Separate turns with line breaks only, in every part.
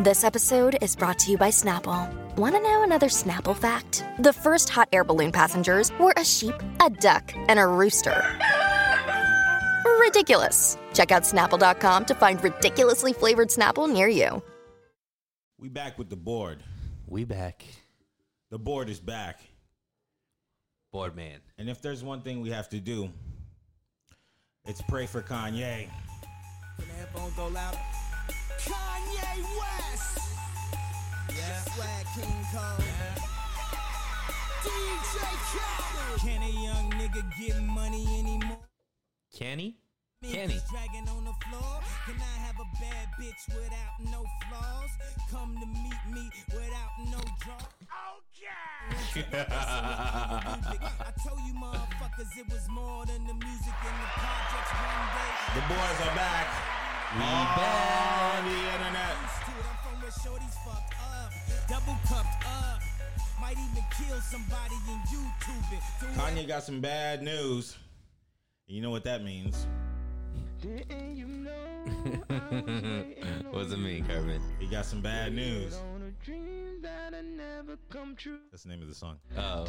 This episode is brought to you by Snapple. Want to know another Snapple fact? The first hot air balloon passengers were a sheep, a duck, and a rooster. Ridiculous. Check out snapple.com to find ridiculously flavored Snapple near you.
We back with the board.
We back.
The board is back.
Boardman.
And if there's one thing we have to do, it's pray for Kanye.
Can the headphones go loud? Kanye West. Yeah. Swag King Cole. DJ Khaled. Can a young nigga get money anymore?
Canny? Canny.
Niggas Dragging on the floor. Can I have a bad bitch without no flaws? Come to meet me without no draw. Okay. I told you motherfuckers it was more than the music and the projects one day.
The boys are back
We
on
back.
the internet.
used to it. I'm from where shorty's fucked up, double cupped up. Might even kill somebody and YouTube it. Do it.
Kanye got some bad news. You know what that means.
What's it mean, Kermit?
He got some bad news. That's the name of the song.
Oh.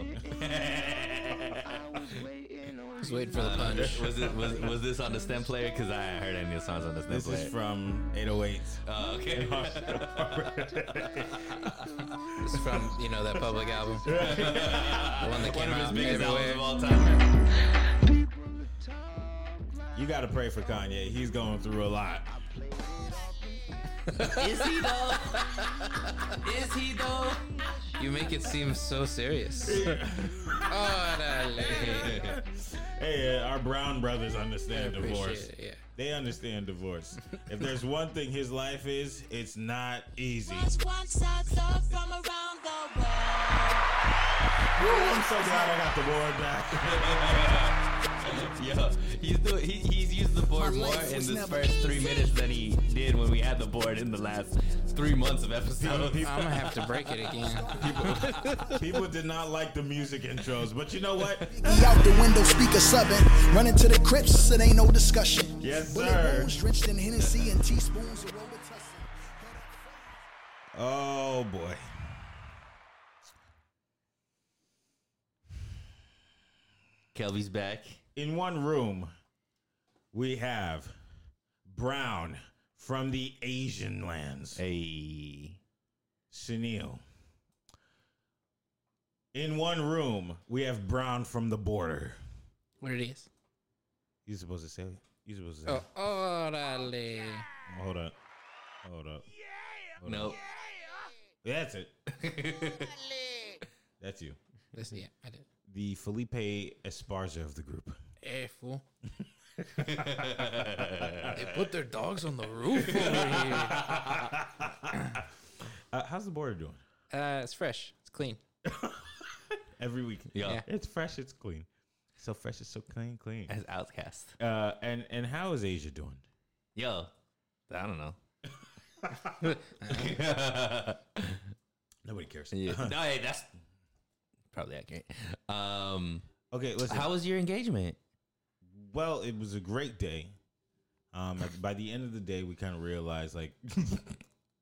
Just waiting for the punch.
Uh, was, it, was, was this on the stem player? Because I ain't heard any of the songs on the stem
This
player.
is from 808.
oh, okay.
It's from you know that public album, the one that
One
came
of his
out
biggest albums
everywhere.
of all time.
You gotta pray for Kanye. He's going through a lot.
Is he though? Is he though?
You make it seem so serious. Oh, Órale.
Hey, uh, our Brown brothers understand
Appreciate
divorce.
it, yeah.
They understand divorce. if there's one thing his life is, it's not easy. I'm so glad I got the board back.
Yo, he's doing. He, he's used the board more in this first three minutes than he did when we had the board in the last three months of episodes.
I'm gonna have to break it again.
People did not like the music intros, but you know what?
He out the window, speaker subbing. Running to the crypts, it ain't no discussion.
Yes,
Bullet
sir.
wounds drenched in Hennessy and teaspoons of Robitussin.
Oh boy.
Kelby's back.
In one room, we have Brown from the Asian lands,
Hey.
Sunil. In one room, we have Brown from the border.
What it is?
You supposed to say? You supposed to say?
Oh, órale.
Hold up. Hold up.
Nope.
That's it. That's you.
Listen, yeah, I did.
The Felipe Esparza of the group.
Hey, Eh, fool. they put their dogs on the roof over here.
Uh, how's the border doing?
Uh, it's fresh. It's clean.
Every week.
Yeah.
Yeah.
It's fresh. It's clean. So fresh. It's so clean, clean.
As outcast.
Uh, and and how is Asia doing?
Yo. I don't know.
Nobody cares.
no, hey, that's probably accurate. Um,
Okay, listen.
how was your engagement?
well, it was a great day. Um, at- by the end of the day, we kind of realized like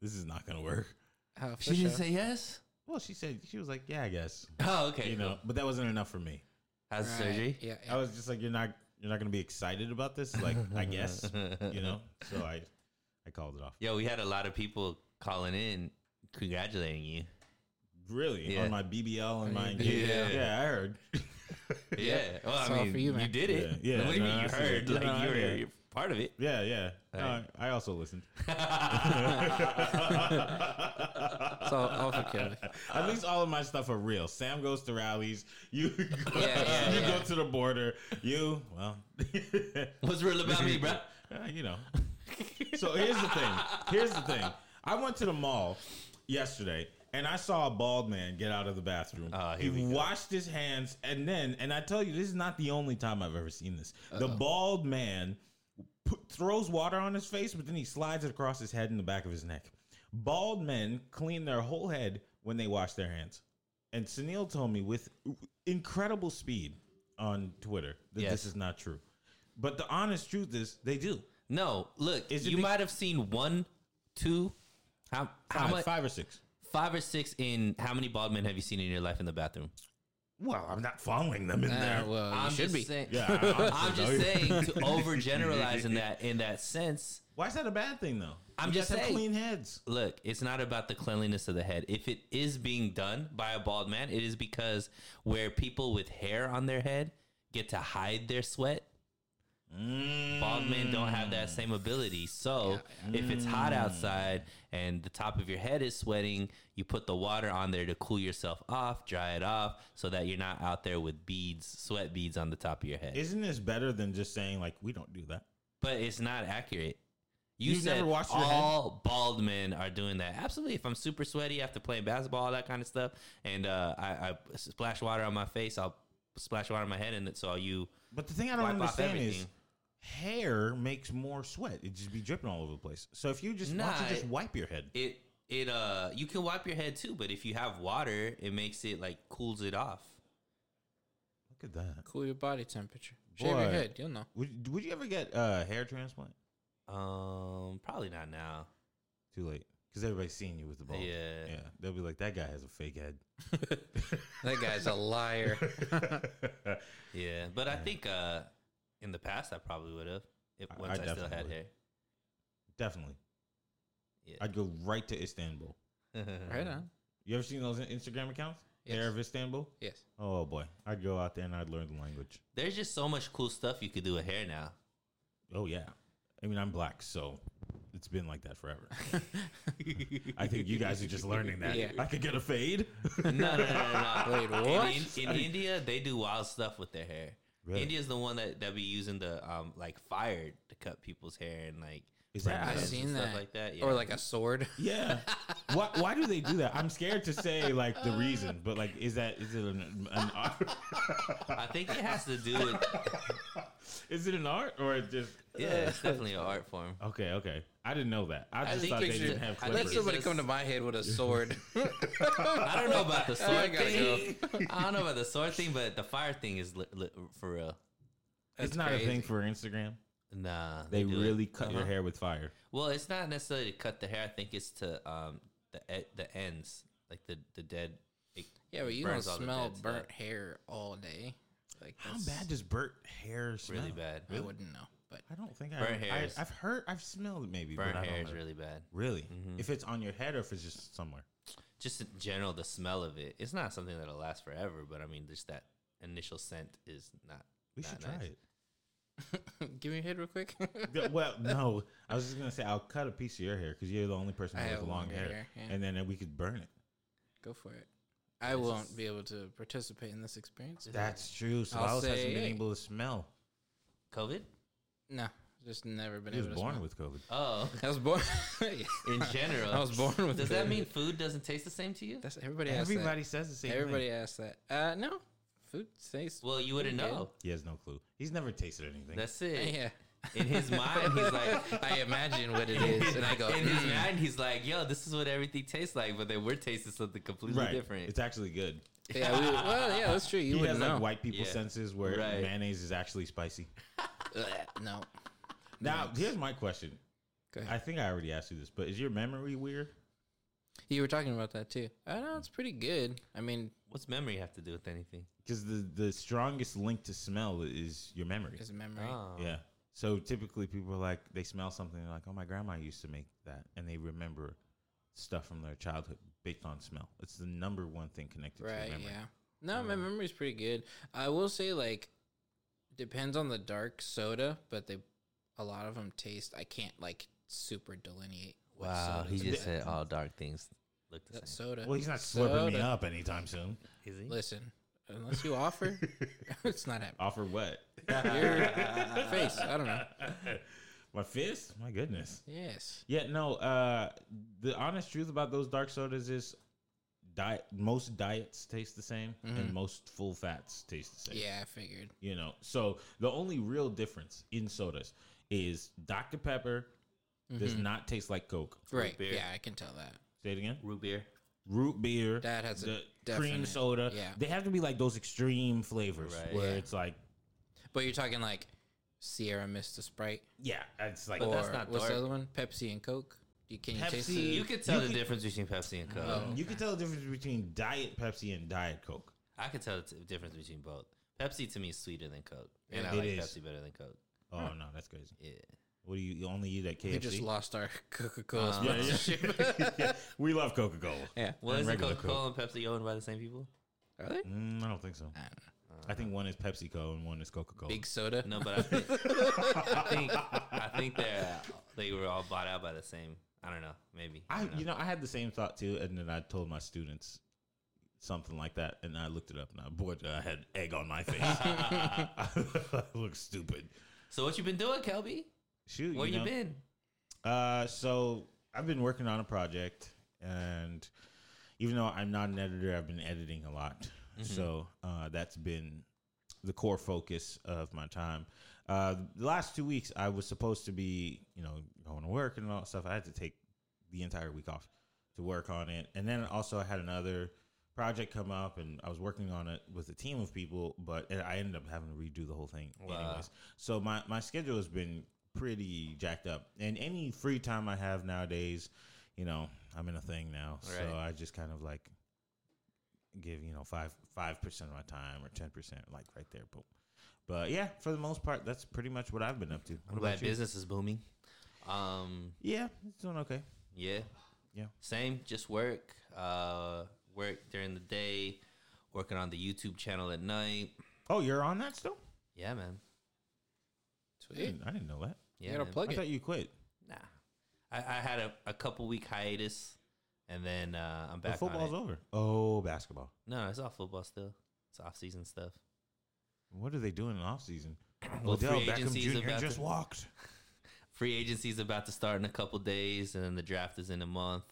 this is not gonna work.
Oh, for
She didn't
sure.
say yes.
Well, she said she was like, yeah, I guess.
Oh, okay.
You know, but that wasn't enough for me.
how's the
Right,
surgery?
Yeah,
I
yeah.
was just like, you're not you're not gonna be excited about this. Like, I guess. You know. So I I called it off.
Yo, we had a lot of people calling in, congratulating you.
Really?
Yeah.
On my BBL and my engagement.
Yeah.
Yeah, I heard.
Yeah. Well,
It's
I
all
mean,
for
you,
you, man.
did it.
Yeah, yeah.
What do you
No,
mean you
I see
heard?
it.
Like,
No, I
you were,
heard.
you're part of it.
Yeah, yeah. No,
Right.
I, I also listened.
It's all, all for Uh, Kelly.
At least all of my stuff are real. Sam goes to rallies. You go,
Yeah, yeah,
you go
yeah.
to the border. You well,
What's real about me, bro?
uh, you know. So here's the thing. Here's the thing. I went to the mall yesterday and I saw a bald man get out of the bathroom.
Ah,
he
here we go.
washed his hands and then, and I tell you, this is not the only time I've ever seen this. The bald man pu- throws water on his face, but then he slides it across his head and the back of his neck. Bald men clean their whole head when they wash their hands. And Sunil told me with incredible speed on Twitter that
Yes.
this is not true. But the honest truth is, they do.
No, look,
Is it
you
be-
might have seen one, two, How, how
Five,
much?
five or six.
Five or six in how many bald men have you seen in your life in the bathroom?
Well, I'm not following them in there.
Uh, well, you
I'm
should
just
be.
saying-
Yeah, I-
Ah, I'm just
know.
saying to overgeneralize in that in that sense.
Why is that a bad thing though?
I'm
You
just
guys have
saying.
clean heads.
Look, it's not about the cleanliness of the head. If it is being done by a bald man, it is because where people with hair on their head get to hide their sweat. Bald men don't have that same ability. So if it's hot outside and the top of your head is sweating, you put the water on there to cool yourself off, dry it off, so that you're not out there with beads, sweat beads on the top of your head.
Isn't this better than just saying like we don't do that?
but it's not accurate. You
You've
said
never washed your head?
all bald men are doing that. Absolutely. If I'm super sweaty after playing basketball, all that kind of stuff, and uh, I, I splash water on my face, I'll splash water on my head, and it's all you.
But the thing I don't
Wipe off
understand is
everything.
hair makes more sweat. It just be dripping all over the place. So if you just why don't
Nah,
you just
it-
wipe your head.
It it uh you can wipe your head too, but if you have water, it makes it like cools it off.
Look at that.
Cool your body temperature. Shave
Boy.
your head. You'll know.
Would would you ever get a hair transplant?
Um, probably not now.
Too late. Because everybody's seeing you with the ball.
Yeah.
Yeah. They'll be like, that guy has a fake head.
That guy's a liar.
Yeah, but I think uh in the past I probably would have if
I- I
once I, still
definitely
had
would.
hair.
Definitely.
Yeah.
I'd go right to Istanbul.
right on.
You ever seen those Instagram accounts?
Yes.
Hair of Istanbul?
Yes.
Oh boy. I'd go out there and I'd learn the language.
There's just so much cool stuff you could do with hair now.
Oh yeah. I mean I'm black, so it's been like that forever. I think you guys are just learning that.
Yeah.
I could get a fade.
No, no, no, no. no.
Wait,
In,
what?
in, in India, they do wild stuff with their hair.
Really?
India's the one that that be using the um like fire to cut people's hair and like
Is that
I've
Adams
and
seen
stuff
that.
like that, yeah.
Or like a sword.
Yeah. why, why do they do that? I'm scared to say like the reason, but like is that is it an, an art?
I think it has to do with
is it an art or it just
yeah, it's definitely an art form.
Okay, okay. I didn't know that. I just
think
thought they
it's
didn't
ju-
have
I
Let
think it's
clippers.
somebody
just-
come to my head with a sword.
I don't know about the
Oh, I
sword
gotta
thing. I don't know about the sword thing, but the fire thing is li- li- for real.
It's not a thing for Instagram.
Nah,
They Uh-huh.
do it. Uh-huh.
really cut your hair with fire.
Well, it's not necessarily to cut the hair. I think it's to um the e- the ends, like the the dead. It
Yeah, but you
burns
don't
all the
smell
dead stuff.
burnt hair all day. Like
How
that's-
bad does burnt hair smell?
Really bad.
I wouldn't know. But
I don't think
Burnt
I,
hair
I.
is-
I've heard. I've smelled it maybe.
Burnt
but I
hair
don't
is
know.
really bad.
Really?
Mm-hmm.
If it's on your head or if it's just somewhere.
Just in general, the smell of it. It's not something that'll last forever, but I mean, just that initial scent is not.
We
not
should try
nice.
it.
give me your head real quick.
Yeah, well, no. I was just gonna say I'll cut a piece of your hair because you're the only person
I
with
have
long
longer
hair,
hair, yeah.
and then we could burn it.
Go for it. I won't be able to participate in this experience.
That's true. So
I'll
Alice hasn't
say-
been able to smell.
COVID.
No, just never been
He was
able to.
born
smell.
with COVID.
Oh,
I was born.
in general,
I was born with
Does that
it.
mean food doesn't taste the same to you?
That's everybody.
Everybody
Everybody.
says the same. thing.
Everybody asks that. Uh, no, food tastes.
Well, you wouldn't
Okay.
know.
He has no clue. He's never tasted anything.
That's it.
yeah.
In his mind, he's like.
I imagine what it is, and I go.
in his
"Mm,
mind, he's like, "Yo, this is what everything tastes like," but then we're tasting something completely
right.
different.
It's actually good.
yeah, we, well, yeah, that's true. You
he has
wouldn't know.
like white people
Yeah.
senses where
Right.
mayonnaise is actually spicy.
Ugh, no,
Now, here's my question.
go ahead.
I think I already asked you this, but is your memory weird?
you were talking about that too. I know it's pretty good. I mean,
What's memory have to do with anything?
Because the the strongest link to smell is your memory.
it's memory.
Oh.
yeah. So typically, people are like they smell something they're like, "Oh, my grandma used to make that," and they remember stuff from their childhood based on smell. It's the number one thing connected to
Right,
your memory.
yeah. No,
Um,
my memory's pretty good. I will say like depends on the dark soda, but they a lot of them taste I can't like super delineate what
Wow,
soda
he
is
just
what.
said all dark things look the
That
same.
soda.
Well, he's not slipping me
Soda.
up anytime soon.
Is he?
Listen, unless you offer, it's not happening.
Offer what?
Your face, I don't know.
my fist? My goodness.
Yes.
Yeah, no. Uh, the honest truth about those dark sodas is, diet most diets taste the same, and most full fats taste the same.
Mm-hmm. Yeah, I figured.
you know. So the only real difference in sodas is Dr Pepper does not taste like Coke.
Mm-hmm. Right.
beer.
Yeah, I can tell that.
Say it again.
Root beer.
Root beer.
That has a
the cream
definite-
soda.
yeah.
They have to be like those extreme flavors
Right.
where
Yeah.
it's like,
But you're talking like Sierra Mista Sprite
yeah, it's like
or
that's not
what's the
dark.
other one? Pepsi and Coke. You can you taste the,
Pepsi.
You could Oh. tell
You
the
could-
difference between Pepsi and Coke.
You can tell the difference between Diet Pepsi and Diet Coke.
I could tell the t- difference between both. Pepsi to me is sweeter than Coke, and I
It
like
is.
Pepsi better than Coke.
Oh no, that's crazy.
Yeah,
What do you, you only eat at KFC?
we just lost our Coca Cola
Uh, Yeah, yeah.
sponsorship.
Yeah, we love Coca Cola.
yeah.
well, is
regular
Coca Cola and Pepsi owned by the same people?
Are they?
Mm, I don't think so. I think one is PepsiCo and one is Coca Cola.
Big soda.
No, but I think I think, I think they're they were all bought out by the same. I don't know, maybe. I
I,
don't know.
you know, I had the same thought too, and then I told my students something like that, and I looked it up, and I, boy, did I had egg on my face. I look stupid.
So what you been doing, Kelby?
Shoot,
Where you,
know.
been?
Uh, so I've been working on a project, and even though I'm not an editor, I've been editing a lot. So uh, that's been the core focus of my time. Uh, the last two weeks, I was supposed to be, you know, going to work and all that stuff. I had to take the entire week off to work on it, and then also I had another project come up, and I was working on it with a team of people, but and I ended up having to redo the whole thing,
Wow.
anyways. So my my schedule has been pretty jacked up, and any free time I have nowadays, you know, I'm in a thing now,
Right.
so I just kind of like give you know five five percent of my time or ten percent, like right there, boom. But yeah, for the most part, that's pretty much what I've been up to. What
I'm
about
glad
you?
business is booming. Um,
Yeah, it's doing okay.
yeah,
Yeah.
same. Just work, uh, work during the day, working on the YouTube channel at night.
Oh, you're on that still?
Yeah, man.
I
Sweet.
didn't, I didn't know that.
Yeah,
you gotta
man.
plug
I
it.
thought you quit.
Nah, I, I had a, a couple week hiatus, and then uh, I'm
But
back. on
football's
it.
over. Oh, basketball.
No, it's all football still. It's off season stuff.
What are they doing in off season?
Well,
Odell
free
Beckham
agency is
Jr.
about
just
to-
walked.
Free agency is about to start in a couple days, and then the draft is in a month,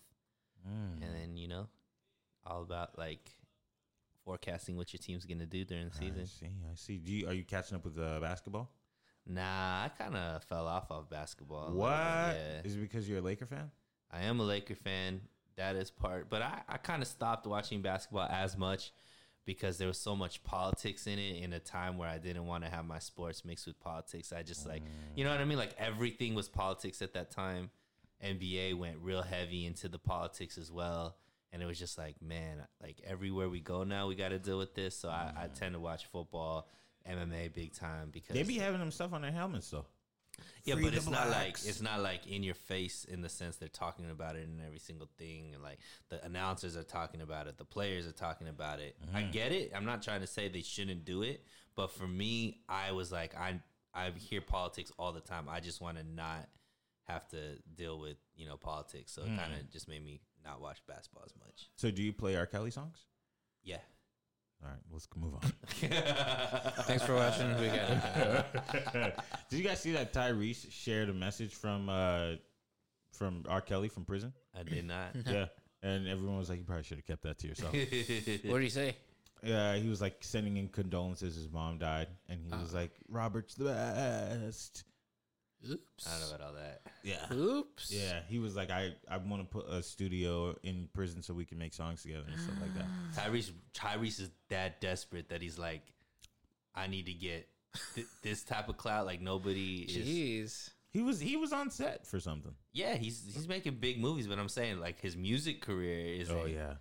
and
Mm-hmm.
then you know, all about like forecasting what your team's gonna do during the
Hmm. I
season.
see. I see. Do you, are you catching up with uh, basketball?
Nah, I kind of fell off of basketball. a little bit,
What?
yeah.
Is it because you're a Laker fan?
I am a Laker fan. That is part, but I, I kind of stopped watching basketball as much because there was so much politics in it in a time where I didn't want to have my sports mixed with politics. I just like, you know what I mean? Like everything was politics at that time. NBA went real heavy into the politics as well. And it was just like, man, like everywhere we go now, we got to deal with this. So I, I tend to watch football, MMA big time because
They be having them stuff on their helmets though.
yeah,
Free
but
the
it's not like
blacks.
it's not like in your face in the sense they're talking about it in every single thing, and like the announcers are talking about it, the players are talking about it. I
Mm-hmm.
get it. I'm not trying to say they shouldn't do it, but for me, I was like, I I hear politics all the time. I just want to not have to deal with you know politics, so
Mm.
it kind of just made me not watch basketball as much.
So do you play R. Kelly songs?
Yeah.
All right, let's move on.
Thanks for watching. We got it.
Did you guys see that Tyrese shared a message from uh, from R. Kelly from prison?
I did not.
yeah. And everyone was like, you probably should have kept that to yourself.
What do you say?
Yeah, he was like sending in condolences. His mom died, and he was like, "Robert's the best."
Oops.
I don't know about all that.
Yeah,
Oops.
yeah. He was like, "I I want to put a studio in prison so we can make songs together and stuff like that."
Tyrese Tyrese is that desperate that he's like, I need to get th- this type of clout. Like nobody is.
Jeez.
He was he was on set for something.
Yeah, he's he's making big movies, but I'm saying like his music career is.
Oh yeah,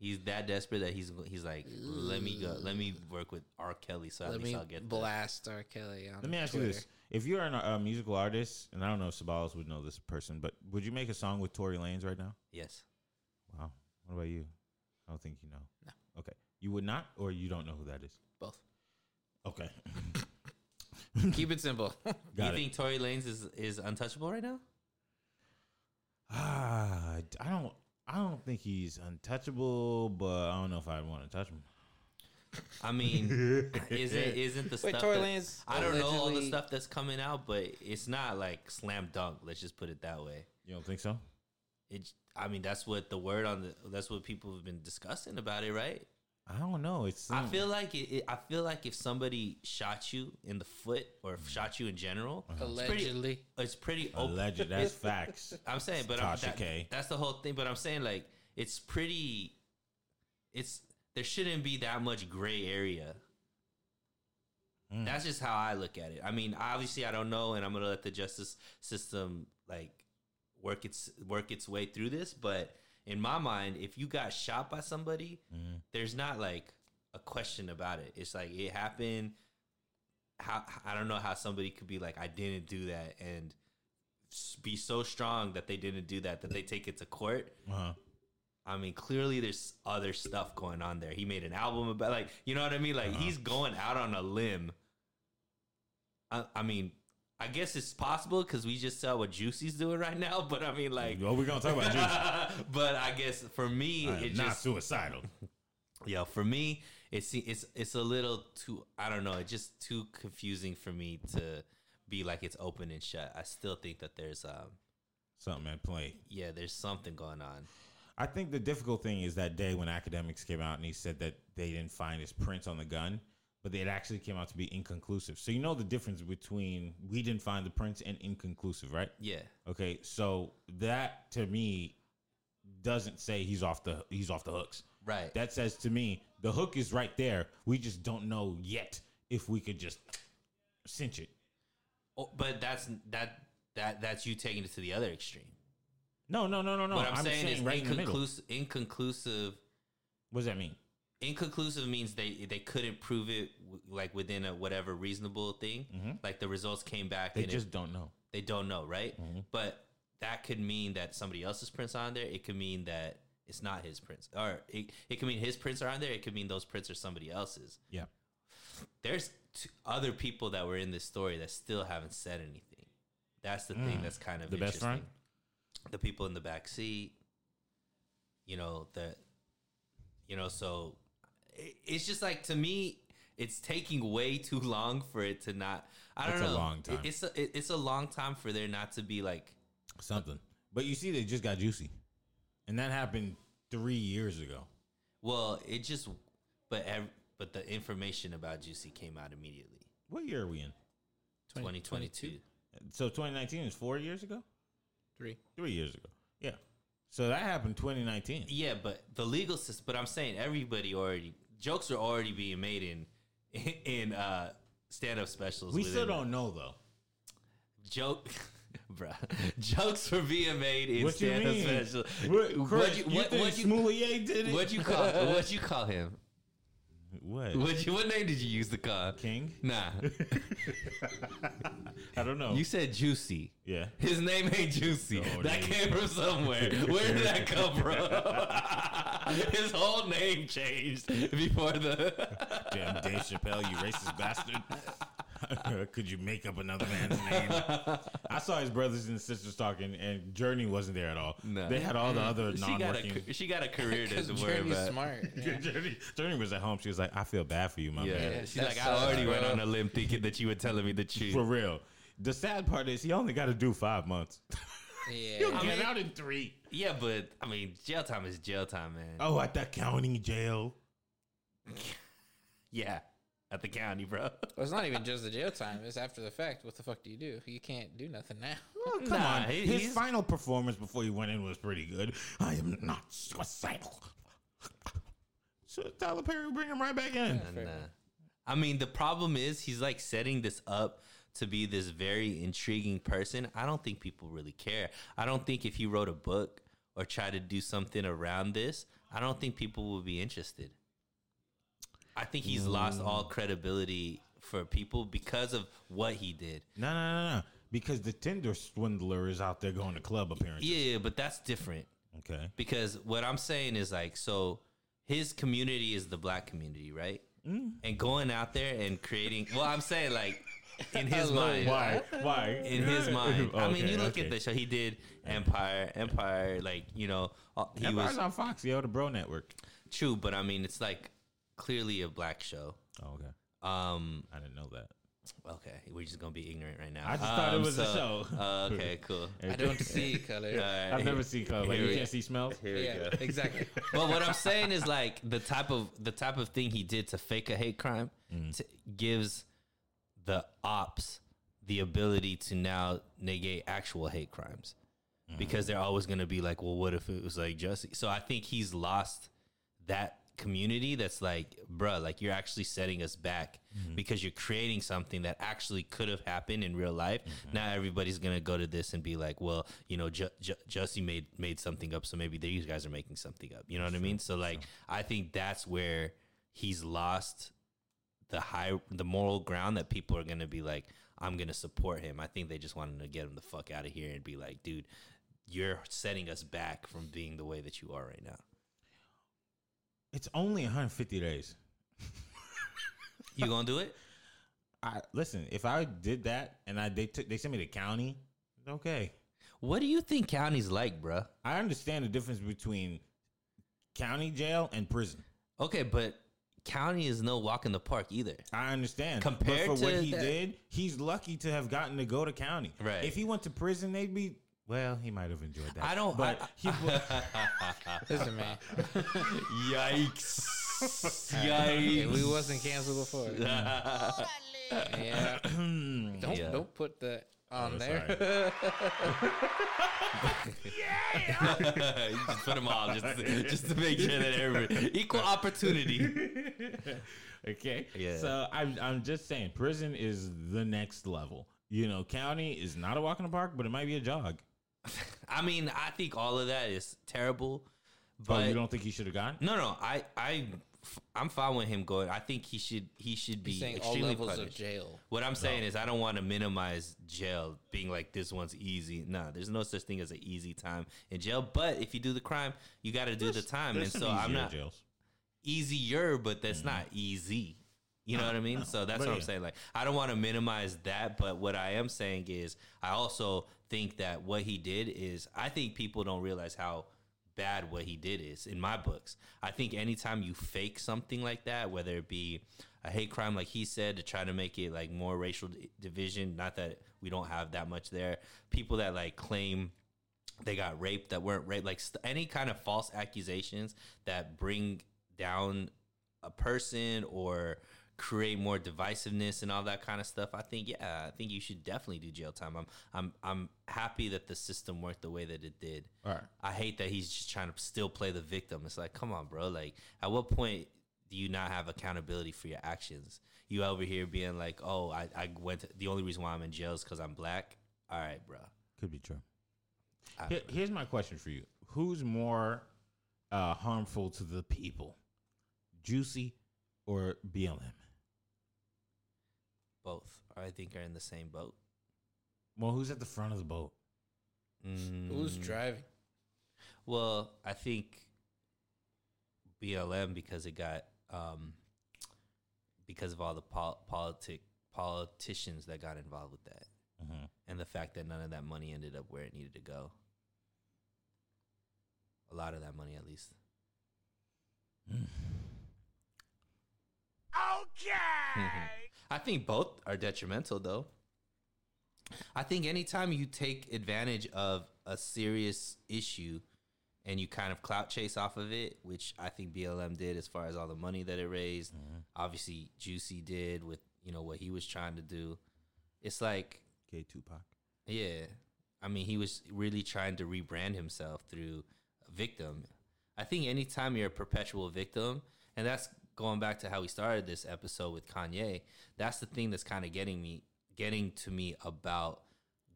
he's that desperate that he's he's like, let me go, let me work with R. Kelly, so at
Let
least
me
I'll get the-"
blast R. Kelly on
Let me ask
Twitter.
you this: If you're an, a musical artist, and I don't know if Sabalas would know this person, but would you make a song with Tory Lanez right now?
Yes,
Wow. What about you? I don't think you know. No. Okay. You would not, or you don't know who that is.
Both.
Okay.
Keep it simple.
Got
you
it.
think Tory Lanez is is untouchable right now?
Ah, d- I don't. I don't think he's untouchable, but I don't know if I'd want to touch him.
I mean, isn't isn't the
Wait,
stuff?
Tory
that-
Lanez
I don't know all the
allegedly-
stuff that's coming out, but it's not like slam dunk. Let's just put it that way.
You don't think so?
it i mean that's what the word on the that's what people have been discussing about it right
I don't know. It's.
i feel like it, it i feel like if somebody shot you in the foot or shot you in general
Allegedly.
it's pretty open
alleged. That's facts.
i'm saying but I'm,
Tasha
that-
K.
that's the whole thing but i'm saying like it's pretty it's there shouldn't be that much gray area
Hmm.
that's just how i look at it i mean obviously i don't know and i'm gonna let the justice system like work its work its way through this. But in my mind, if you got shot by somebody,
Mm-hmm.
there's not like a question about it. It's like it happened. How I don't know how somebody could be like I didn't do that and s- be so strong that they didn't do that that they take it to court.
Uh-huh.
I mean, clearly there's other stuff going on there. He made an album about, like, you know what I mean? Like, he's
Uh-huh.
going out on a limb. I, I mean, I guess it's possible because we just saw what Juicy's doing right now. But I mean, like,
Well, we're gonna talk about juice.
but I guess for me,
I am
it
not
just
suicidal.
yeah, for me, it's it's it's a little too. I don't know. It's just too confusing for me to be like it's open and shut. I still think that there's um
Something at play.
yeah, there's something going on.
I think the difficult thing is that day when academics came out and he said that they didn't find his prints on the gun, but it actually came out to be inconclusive. So you know the difference between we didn't find the prints and inconclusive, right?
Yeah,
Okay, so that to me doesn't say he's off the he's off the hooks.
right.
That says to me the hook is right there. We just don't know yet if we could just cinch it.
Oh, but that's that that that's you taking it to the other extreme.
No, no, no, no, no.
what I'm, saying, is
right in the middle.
inconclusive. inconclusive.
What does that mean?
Inconclusive means they they couldn't prove it w- like within a whatever reasonable thing. Like the results came back
Mm-hmm. They
and it-
just don't know.
they don't know, right? But that could mean that somebody else's prints are on there. It could mean that it's not his prints, or it, it could mean his prints are on there. It could mean those prints are somebody else's.
Yeah.
there's t- other people that were in this story that still haven't said anything. That's the thing that's kind of
Mm. The best
interesting.
friend?
The people in the back seat, you know the, you know, so it, it's just like to me, it's taking way too long for it to not. I don't
It's a
know.
long
It-
time.
it's a it- it's a long time for there not to be like
Something. But you see, they just got juicy. And that happened three years ago.
well, it just but ev- but the information about Juicy came out immediately.
What year are we in?
Twenty twenty two.
So 2019 is four years ago?
Three.
Three years ago. Yeah. So that happened 2019.
Yeah, but the legal system. But I'm saying everybody already jokes are already being made in in uh, stand up specials.
We
within
still
the-
don't know, though.
joke. Bruh, jokes were being made in
What you
stand up
mean?
specials.
What, Chris,
What'd
you,
you- what-
think
what'd you-
Smollett did it?
What'd you call? What'd you call him?
What?
What you? What name did you use to call? him?
King?
Nah,
I don't know.
you said Juicy.
yeah.
His name ain't Juicy.
Oh,
that
dude.
came from somewhere. Where did that come from? His whole name changed before the.
Damn, Dave Chappelle, you racist bastard. Could you make up another man's name? I saw his brothers and sisters talking, and Journey wasn't there at all.
No.
They had all the other
She got,
non-working.
a, she got a career
Because
to worry
Journey's
about.
smart. yeah.
Journey, Journey was at home. She was like, "I feel bad for you, my
Yeah,
man.
Yeah,
she's
that
like, I already
sucks,
went
bro.
on a limb thinking that you were telling me the truth.
For real." The sad part is he only got to do five months. He'll
I
get
mean,
out in three.
Yeah, but I mean, jail time is jail time, man.
Oh, at that county jail.
Yeah, at the county, bro.
well, it's not even just the jail time. It's after the fact. What the fuck do you do? You can't do nothing now.
Oh, come
Nah,
on.
he-
His
he's-
final performance before he went in was pretty good. I am not suicidal. So Tyler Perry bring him right back in.
And, uh, I mean, the problem is he's like setting this up to be this very intriguing person. I don't think people really care. I don't think if he wrote a book or tried to do something around this, I don't think people would be interested. I think he's lost all credibility for people because of what he did.
No, no, no, no. Because the Tinder swindler is out there going to club appearances.
Yeah, but that's different.
Okay.
because what I'm saying is like so his community is the black community, right?
Mm.
And going out there and creating well, I'm saying like in his mind.
Why? Why?
In his mind. I mean,
Okay,
you look
okay.
at the show he did Empire, Empire like, you know, all- he
Empire's
was
on Fox, yo, the Bro Network.
true, but I mean, it's like clearly a black show.
Oh, okay.
Um
I didn't know that.
okay, we're just going to be ignorant right now.
I just thought it
Um,
was a
so-
show.
uh, okay, cool.
I don't see color.
I've never seen club. Like,
Here
you
we-
can't see smells.
yeah, exactly.
but what I'm saying is like the type of the type of thing he did to fake a hate crime t- gives the ops the ability to now negate actual hate crimes because they're always going to be like, well, what if it was like Jesse? So I think he's lost that community that's like, bruh, like you're actually setting us back because you're creating something that actually could have happened in real life. Now everybody's gonna go to this and be like, well, you know, Ju- Ju- Jussie made made something up, so maybe these guys are making something up. You know what I mean? So like, I think that's where he's lost the high the moral ground that people are gonna be like, I'm gonna support him. I think they just wanted to get him the fuck out of here and be like, dude, you're setting us back from being the way that you are right now.
It's only 150 days.
You gonna do it?
I listen. If I did that and I they took they sent me to county, it's okay.
What do you think county's like, bruh?
I understand the difference between county jail and prison.
Okay, but county is no walk in the park either.
I understand.
Compared
but for what
to
he
that-
did, he's lucky to have gotten to go to county.
Right.
If he went to prison, they'd be well. He might have enjoyed that.
I don't-
But
I-
he, wa-
Listen, man.
Yikes.
Okay, we
Yikes.
wasn't canceled before. yeah.
hmm.
Don't
Yeah. Oh,
don't put that on there.
just put them all just to, just to make sure that everybody equal opportunity.
okay.
Yeah.
So I'm I'm just saying, prison is the next level. You know, county is not a walk in the park, but it might be a jog.
I mean, I think all of that is terrible.
But
But
Oh, you don't think he should have gone?
no, no, I, I, I'm fine with him going. I think he should, he should be
He's saying all
extremely
levels of
punished.
jail.
What I'm saying is, I don't want to minimize jail being like this one's easy. Nah, there's no such thing as an easy time in jail. But if you do the crime, you got to do the time, and
There's
so
some
I'm
easier
not
jails.
easier, but that's not easy. You know what I mean? So
Mm-hmm. But
that's what I'm
yeah.
saying. Like, I don't want to minimize that, but what I am saying is, I also think that what he did is, I think people don't realize how bad what he did is in my books. I think anytime you fake something like that, whether it be a hate crime, like he said, to try to make it like more racial d- division, not that we don't have that much there, people that like claim they got raped that weren't raped like st- any kind of false accusations that bring down a person or create more divisiveness and all that kind of stuff i think yeah i think you should definitely do jail time i'm i'm i'm happy that the system worked the way that it did
All right.
i hate that he's just trying to still play the victim it's like come on bro like at what point do you not have accountability for your actions you over here being like oh i, I went to, the only reason why i'm in jail is because i'm black all right bro
Could be true.
I-
Here- here's my question for you: Who's more uh, harmful to the people, Juicy or BLM?
both I think are in the same boat.
Well, who's at the front of the boat?
Who's
Mm,
driving?
Well, I think BLM because it got um, because of all the pol- politic politicians that got involved with that,
Mm-hmm.
and the fact that none of that money ended up where it needed to go. A lot of that money, at least.
Mm-hmm.
okay. I think both are detrimental, though. I think anytime you take advantage of a serious issue and you kind of clout chase off of it, which I think BLM did as far as all the money that it raised, obviously Juicy did with you know what he was trying to do. It's like,
Okay, Tupac.
yeah, I mean, he was really trying to rebrand himself through a victim. I think anytime you're a perpetual victim, and that's going back to how we started this episode with Kanye, that's the thing that's kind of getting me getting to me about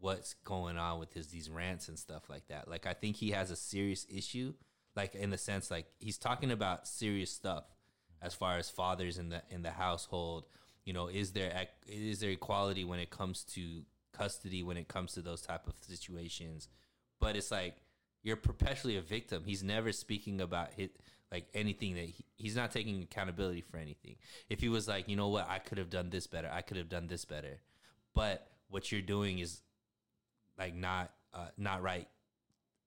what's going on with his these rants and stuff like that. Like I think he has a serious issue, like in the sense like he's talking about serious stuff as far as fathers in the in the household. You know, is there ec- is there equality when it comes to custody when it comes to those type of situations? But it's like you're perpetually a victim. He's never speaking about his like anything that he, he's not taking accountability for anything. If he was like, you know what, I could have done this better. I could have done this better. But what you're doing is like not uh, not right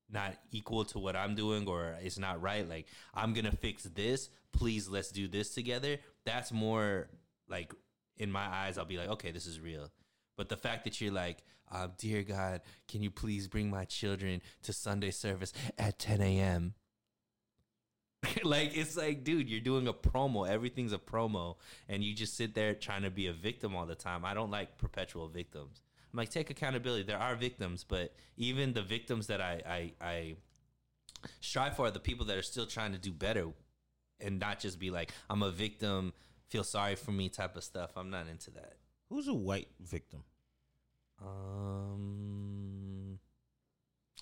not equal to what i'm doing or it's not right like i'm gonna fix this please let's do this together that's more like in my eyes i'll be like okay this is real but the fact that you're like um, dear god can you please bring my children to sunday service at 10 a.m like it's like dude you're doing a promo everything's a promo and you just sit there trying to be a victim all the time i don't like perpetual victims i'm like take accountability there are victims but even the victims that i i, I strive for are the people that are still trying to do better and not just be like, I'm a victim, feel sorry for me type of stuff. I'm not into that.
Who's a white victim?
Um,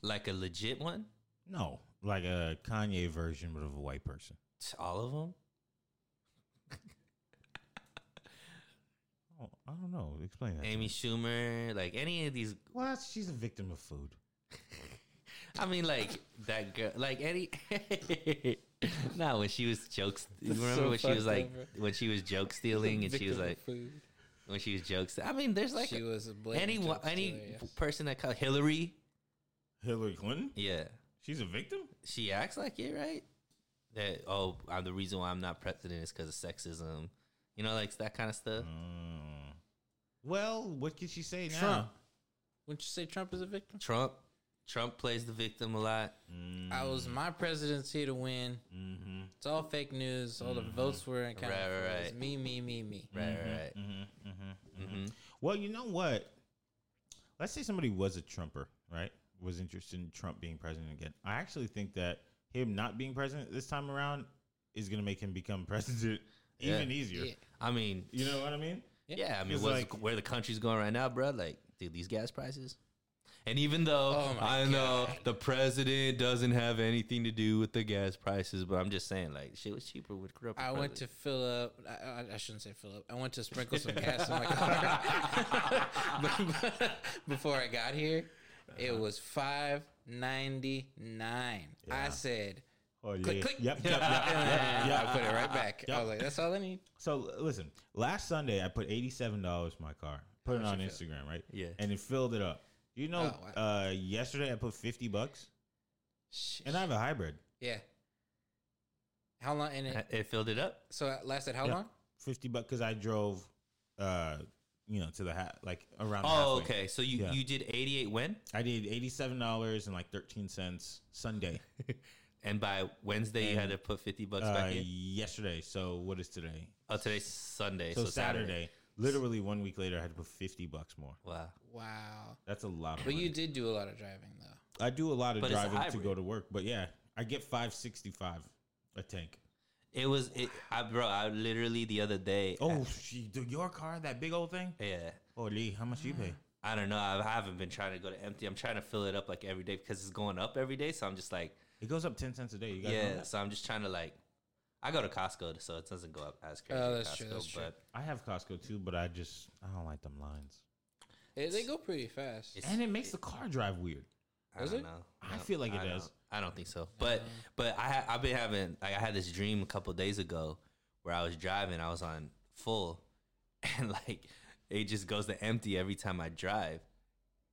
like a legit one?
No, like a Kanye version, but of a white person.
T- All of them?
Oh, I don't know. Explain that. to
Amy
me.
Schumer, like any of these.
Well, she's a victim of food.
I mean, like that girl, like any. Nah, when she was jokes. You
That's
remember
so
when she was
fucked
like
up, bro.
when she was joke stealing and she was like
food.
when she was jokes. I mean, there's like
she was a
any
blatant
wo-
joke
any
stealer, yes.
person that called Hillary.
Hillary Clinton?
Yeah,
She's a victim?
she acts like it, right? That oh, i the reason why I'm not president is because of sexism. You know, like that kind of stuff.
Mm.
Mm-hmm.
Well, what can she say now?
Trump. Wouldn't you say Trump is a victim?
Trump, Trump plays the victim a lot.
I was my presidency to win.
Mm-hmm.
It's all fake news. All the votes were accounted
Mm-hmm. Right, right,
for. It's
right.
me, me, me, me.
Right, right, right.
Mm-hmm. Mm-hmm.
Mhm.
Well, you know what? Let's say somebody was a Trumper, right? Was interested in Trump being president again. I actually think that him not being president this time around is going to make him become president
Yeah.
even easier.
Yeah.
I mean,
You know what I mean?
Yeah, I mean,
It's
what's,
like-
where the country's going right now, bro? Like, dude, these gas prices. And even though
Oh my
I know the president doesn't have anything to do with the gas prices, but I'm just saying, like, shit was cheaper with corrupt.
I went to fill up. I, I, I shouldn't say fill up. I went to sprinkle some gas in my car before I got here. It
Uh-huh.
was five ninety nine. I said,
Oh, yeah.
click, click.
Yep, yep, yep, yep,
and
yep.
I put it right back. I was like, that's all I need.
So l- listen, last Sunday I put eighty-seven dollars in my car, put it on
it
Instagram, right?
Yeah.
and it filled it up. You know,
Oh, wow.
uh, yesterday I put fifty bucks,
Shit.
and I have a hybrid.
yeah. How long? And it,
It, it filled it up.
so it lasted how
Yeah.
long?
Fifty bucks because I drove, uh, you know, to the hat like around.
Oh,
halfway.
okay. So you
Yeah.
you did 88 when,
I did eighty-seven dollars and like thirteen cents Sunday
and by Wednesday you had to put 50 bucks
uh,
back in.
yesterday. So what is today?
Oh, today's Sunday,
So, Saturday. Literally one week later, I had to put fifty bucks more.
Wow.
Wow.
That's a lot. Of
But
money.
you did do a lot of driving though.
I do a lot of
But it's a
driving to
hybrid.
go to work, but yeah, I get five sixty-five a tank.
It was it. I bro. I literally the other day.
Oh, she, dude, your car, that big old thing?
yeah.
Holy, how much you pay?
I don't know. I haven't been trying to go to empty. I'm trying to fill it up like every day because it's going up every day. So I'm just like,
It goes up 10 cents a day. You guys know
yeah.
that?
So I'm just trying to like, I go to Costco, so it doesn't go up as crazy.
Oh,
at
that's true,
Costco,
that's true.
But
I have Costco too, but I just, I don't like them lines.
It, they go pretty fast.
it's,
And it makes the car drive weird.
I
Does
don't
it?
know.
I
No,
feel like it
I don't-
does.
I don't think so. But but I ha- I've been having like I had this dream a couple days ago where I was driving. I was on full, and like it just goes to empty every time I drive.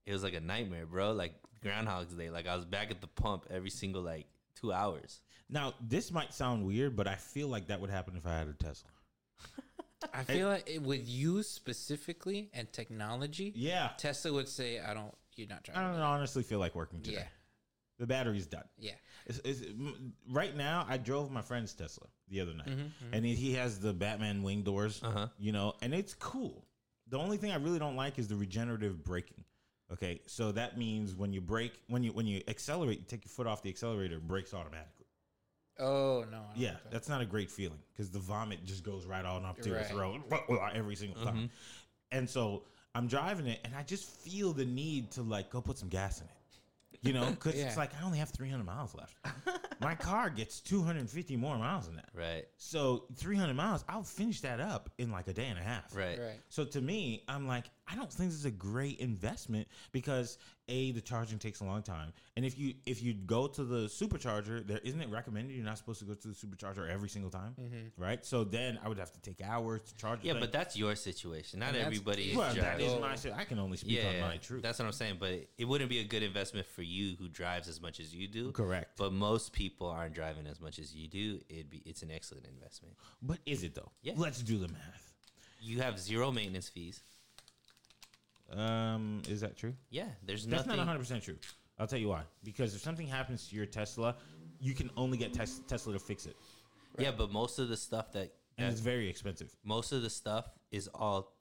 It was like a nightmare, bro. Like Groundhog's Day. Like I was back at the pump every single like two hours.
Now, this might sound weird, but I feel like that would happen if I had a Tesla.
I feel like it, with you specifically and technology,
Yeah.
Tesla would say, "I don't, you're not
I
driving."
don't honestly feel like working today.
Yeah,
The battery's done.
yeah.
It's, it's, m- right now, I drove my friend's Tesla the other
Mm-hmm.
night, and he- he has the Batman wing doors,
Uh-huh.
you know, and it's cool. The only thing I really don't like is the regenerative braking. Okay, so that means when you brake, when you when you accelerate, you take your foot off the accelerator, it brakes automatically.
Oh no. I don't
Yeah,
like that.
that's not a great feeling because the vomit just goes right on up to your
Right. Mm-hmm.
throat every single time. And so I'm driving it, and I just feel the need to like go put some gas in it. You know, because
Yeah.
it's like I only have 300 miles left. My car gets 250 more miles than that.
Right.
So 300 miles, I'll finish that up in like a day and a half.
Right.
right.
So to me, I'm like, I don't think this is a great investment because a the charging takes a long time, and if you if you go to the supercharger, there isn't it recommended you're not supposed to go to the supercharger every single time, right? So then I would have to take hours to charge. the
Yeah,
thing.
but that's your situation. Not
And that's-
everybody is
well, that
driving.
is
Oh.
my shit. I can only speak
yeah,
on my truth.
that's what I'm saying. But it wouldn't be a good investment for you who drives as much as you do.
Correct.
But most people aren't driving as much as you do. It'd be it's an excellent investment.
but is it though?
Yeah.
Let's do the math.
You have zero maintenance fees.
Um, is that true?
Yeah, there's
That's
nothing.
not 100 percent true. I'll tell you why. Because if something happens to your Tesla, you can only get tes- Tesla to fix it,
Yeah, but most of the stuff that,
and
that-
it's very expensive.
most of the stuff is all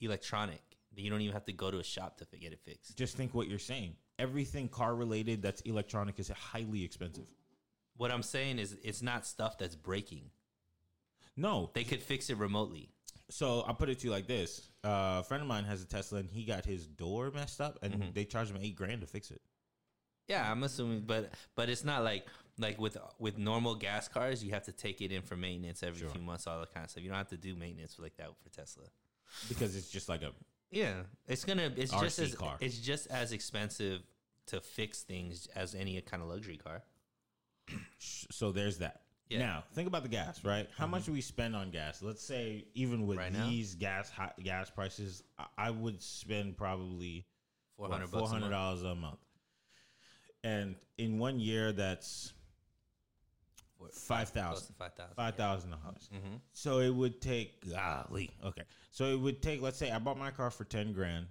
electronic. You don't even have to go to a shop to fi- get it fixed.
just think what you're saying. Everything car related that's electronic is highly expensive.
What I'm saying is, it's not stuff that's breaking.
No,
They could fix it remotely.
so I put it to you like this: uh, a friend of mine has a Tesla, and he got his door messed up, and
Mm-hmm.
they charged him eight grand to fix it.
Yeah, I'm assuming, but but it's not like like with with normal gas cars, you have to take it in for maintenance every few months, all that kind of stuff. You don't have to do maintenance like that for Tesla.
because it's just like a
Yeah, it's gonna it's just
RC
as
car.
it's just as expensive to fix things as any kind of luxury car.
so there's that.
Yeah. Mm-hmm.
Now think about the gas, right? How much do we spend on gas? Let's say even with
Right now?
these gas hot gas prices, I, I would spend probably
Four hundred
four
bucks. a
hundred
month.
dollars a month, and in one year that's
Four-
five
Close to
thousand.
five thousand. Mm-hmm.
Five thousand dollars. So it would take golly. Okay. So it would take. Let's say I bought my car for ten grand,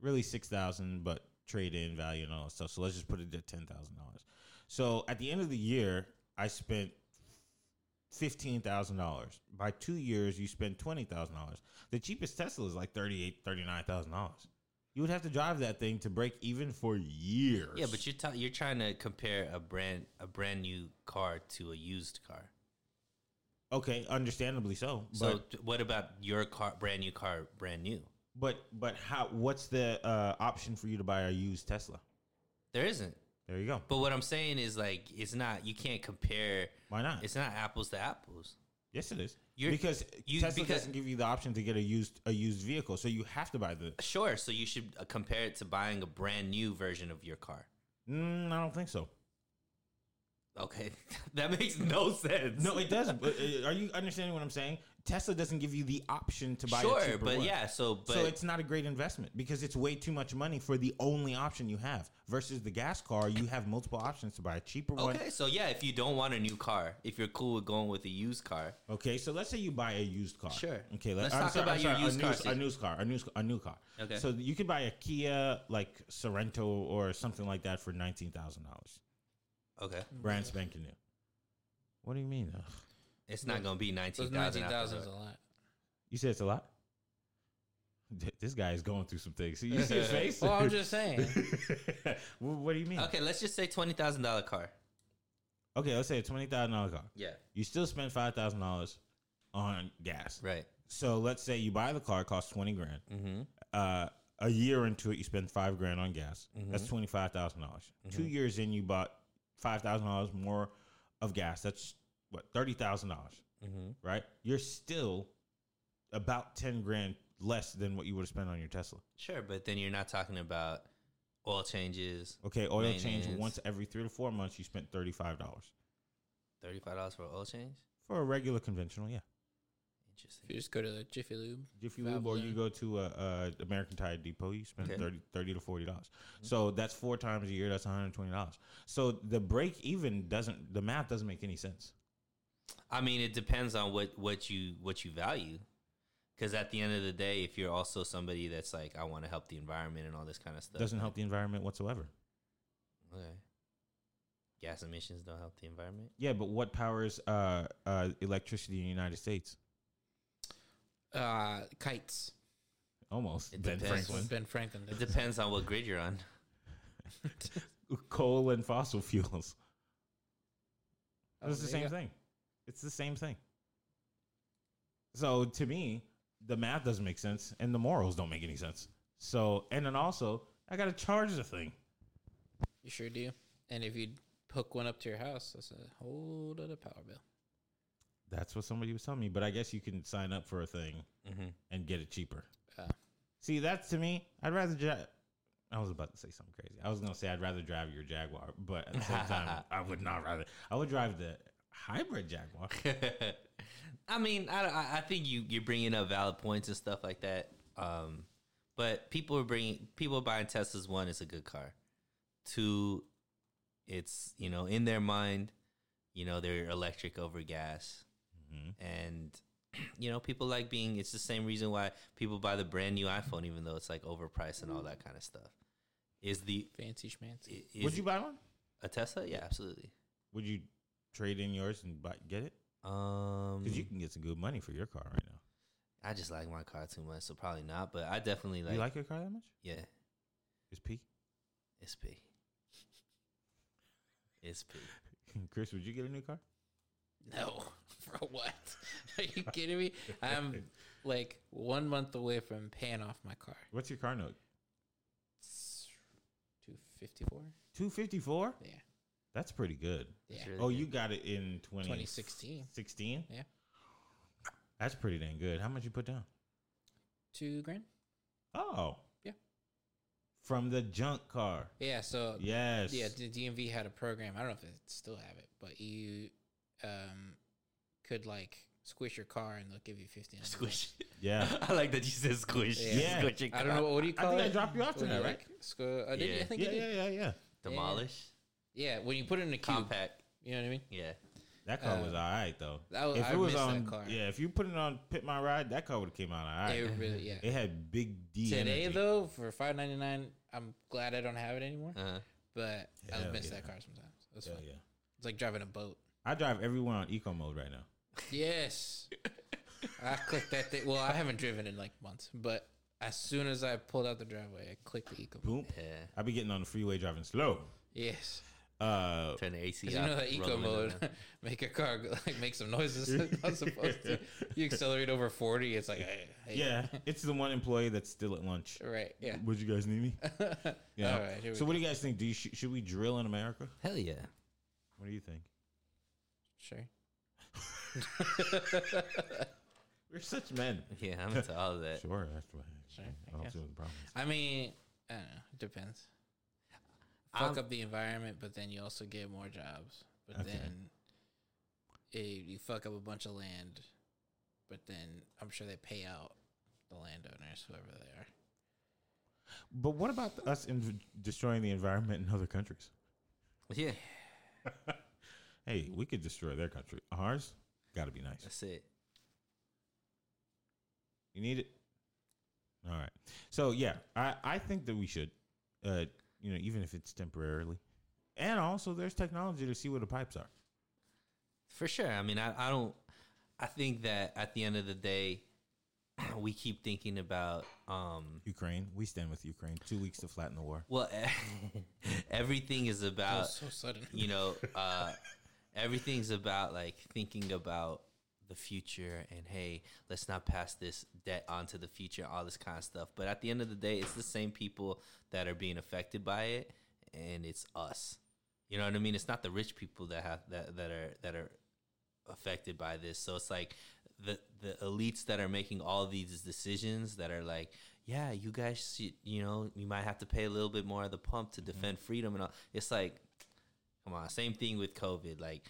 really six thousand, but trade in value and all that stuff. So let's just put it at ten thousand dollars. So at the end of the year, I spent fifteen thousand dollars. By two years, you spend twenty thousand dollars. The cheapest Tesla is like thirty eight, thirty nine thousand dollars. You would have to drive that thing to break even for years.
Yeah, but you're t- you're trying to compare a brand a brand new car to a used car.
okay, understandably so. But
So t- what about your car? Brand new car, brand new.
But but how? What's the uh, option for you to buy a used Tesla?
There isn't.
There you go.
But what I'm saying is like it's not. You can't compare.
Why not?
It's not apples to apples.
yes, it is.
You're-
because
you-
Tesla
because-
doesn't give you the option to get a used a used vehicle, so you have to buy the.
Sure. So you should uh, compare it to buying a brand new version of your car.
Mm, I don't think so.
Okay, that makes no sense.
No, it doesn't. but, uh, are you understanding what I'm saying? Tesla doesn't give you the option to buy. a
sure,
cheaper
but
one.
yeah. So, but
so it's not a great investment because it's way too much money for the only option you have. Versus the gas car, you have multiple options to buy a cheaper one.
okay. So yeah, if you don't want a new car, if you're cool with going with a used car,
Okay, so let's say you buy a used car.
Sure.
Okay,
Let's
I'm
talk
sorry,
about
I'm
your
sorry, a
used car
new- A
situation.
new car, a new a new car.
Okay.
So you could buy a Kia like Sorento or something like that for nineteen thousand dollars,
okay,
brand spanking new. What do you mean? Ugh.
it's not going to be nineteen
Those
thousand.
nineteen thousand is a lot.
You said it's a lot. Th- This guy is going through some things. You see his face?
Well, I'm just saying.
Wh- what do you mean? Okay,
Okay, let's just say twenty thousand dollar car.
let's say a twenty thousand dollar car.
Yeah.
You still spend five thousand dollars on gas.
Right.
So let's say you buy the car, it costs twenty grand.
Mm-hmm.
uh, a year into it, you spend five grand on gas. That's twenty five thousand dollars. Two years in, you bought five thousand dollars more of gas. That's what thirty thousand dollars,
Mhm.
right? You're still about ten grand less than what you would have spent on your Tesla.
Sure, but then you're not talking about oil changes.
Okay, oil change
Maintenance.
once every three to four months, you spent thirty five dollars
Thirty five dollars for oil change.
for a regular conventional. Yeah,
If you
Interesting.
just go to the Jiffy Lube,
if you move or you go to a, uh American Tire Depot, you spend
Okay. Mm-hmm.
thirty thirty 30 to forty dollars. So that's four times a year. That's one hundred twenty dollars. So the break even doesn't. The math doesn't make any sense.
I mean, it depends on what what you what you value. Because at the end of the day, if you're also somebody that's like, I want to help the environment and all this kind of stuff,
doesn't help the environment whatsoever.
Okay. Gas emissions don't help the environment.
Yeah, but what powers uh, uh, electricity in the United States?
uh, kites.
Almost
It
Ben
depends.
Franklin.
Ben Franklin.
It
Does.
depends on what grid you're on.
Coal and fossil fuels.
Oh,
it's the
there
same
you go.
thing. It's the same thing. So to me, the math doesn't make sense, and the morals don't make any sense. So and then also, I got to charge the thing.
You sure do. And if you hook one up to your house, that's a whole other power bill.
That's what somebody was telling me. But I guess you can sign up for a thing and get it cheaper.
Yeah.
See, that's to me. I'd rather. Dri- I was about to say something crazy. I was gonna say I'd rather drive your Jaguar, but at the same time, I would not rather. I would drive the hybrid Jaguar.
I mean, I, I- I think you you're bringing up valid points and stuff like that. Um, but people are bringing people are buying Teslas. One, it's a good car. Two, it's you know in their mind, you know they're electric over gas,
Mm-hmm.
and you know people like being. It's the same reason why people buy the brand new iPhone, even though it's like overpriced and all that kind of stuff. Is the
Fancy schmancy.
i- is
would you buy one?
a Tesla? Yeah, absolutely.
Would you trade in yours and buy, get it?
Um,
Because you can get some good money for your car right now.
I just like my car too much, so probably not. But I definitely like.
you like your car that much?
Yeah,
It's P.
it's P. It's P.
Chris, would you get a new car?
No, for Bro, what? Are you kidding me? I'm like one month away from paying off my car.
What's your car note?
Two fifty four.
Two fifty four.
Yeah.
That's pretty good.
Yeah.
really
Oh, you got it in 20,
2016.
16?
Yeah.
That's pretty dang good. How much you put down?
Two grand.
Oh,
Yeah.
from the junk car.
Yeah. So
Yes.
yeah, the DMV had a program. I don't know if they still have it, but you um could like squish your car and they'll give you fifteen. hundred
Squish.
Yeah.
I like that you said squish.
Yeah.
Yeah.
Squish your
bucks. I don't know what do you
I
call
think
it.
I dropped you off
When
tonight,
you,
right?
like, squ- oh, did you?
Yeah.
I think
Yeah,
you did.
yeah, yeah, yeah.
Demolish.
Yeah, when you put it in a cube,
Compact.
you know what I mean.
Yeah.
That car
Uh,
was all right though.
that was- I miss that
on,
car.
yeah, if you put it on Pit My Ride, that car would have came out all right.
It
It,
really, yeah.
had big D.
Today
energy.
though, for five ninety nine, I'm glad I don't have it anymore.
Uh,
But I
Hell
miss
yeah.
that car sometimes. It's,
Hell
fun.
yeah.
it's like driving a boat.
I drive everywhere on eco mode right now.
Yes, I clicked that thing. Well, I haven't driven in like months, but as soon as I pulled out the driveway, I clicked the eco. mode.
Boom.
yeah.
I be getting on the freeway driving slow.
Yes,
Uh,
Turn the AC
'Cause
up,
you know that eco
roll the window
mode make your car go- like make some noises it's not supposed to. You accelerate over forty, it's like hey, hey.
yeah, it's the one employee that's still at lunch.
right, yeah.
Would you guys need me? Yeah.
All right, here we
so, what do you guys think? Do you sh- should we drill in America?
down. Hell yeah.
What do you think?
Sure.
We're such men.
Yeah, I'm into all of that.
Sure, that's what.
Sure, I
I don't
guess.
see what the problem is.
I mean, I don't know. It depends. Fuck
I'm-
up the environment, but then you also get more jobs. But
Okay.
then eh, you fuck up a bunch of land. But then I'm sure they pay out the landowners, whoever they are.
But what about the- us in destroying the environment in other countries?
Yeah.
Hey, we could destroy their country. Ours got to be nice.
That's it.
You need it. All right. So yeah, I I think that we should, uh, you know, even if it's temporarily, and also there's technology to see where the pipes are.
For sure. I mean, I, I don't. I think that at the end of the day, we keep thinking about. um
Ukraine, we stand with Ukraine. Two weeks to flatten the war.
Well, everything is
That
about
was so sudden.
you know. uh Everything's about like thinking about the future and hey, let's not pass this debt on to the future, all this kind of stuff. But at the end of the day, it's the same people that are being affected by it, and it's us. You know what I mean? It's not the rich people that have that that are that are affected by this. So it's like the the elites that are making all these decisions that are like, yeah, you guys, should, you know, you might have to pay a little bit more of the pump to defend freedom and all. It's like, come on, same thing with COVID. Like,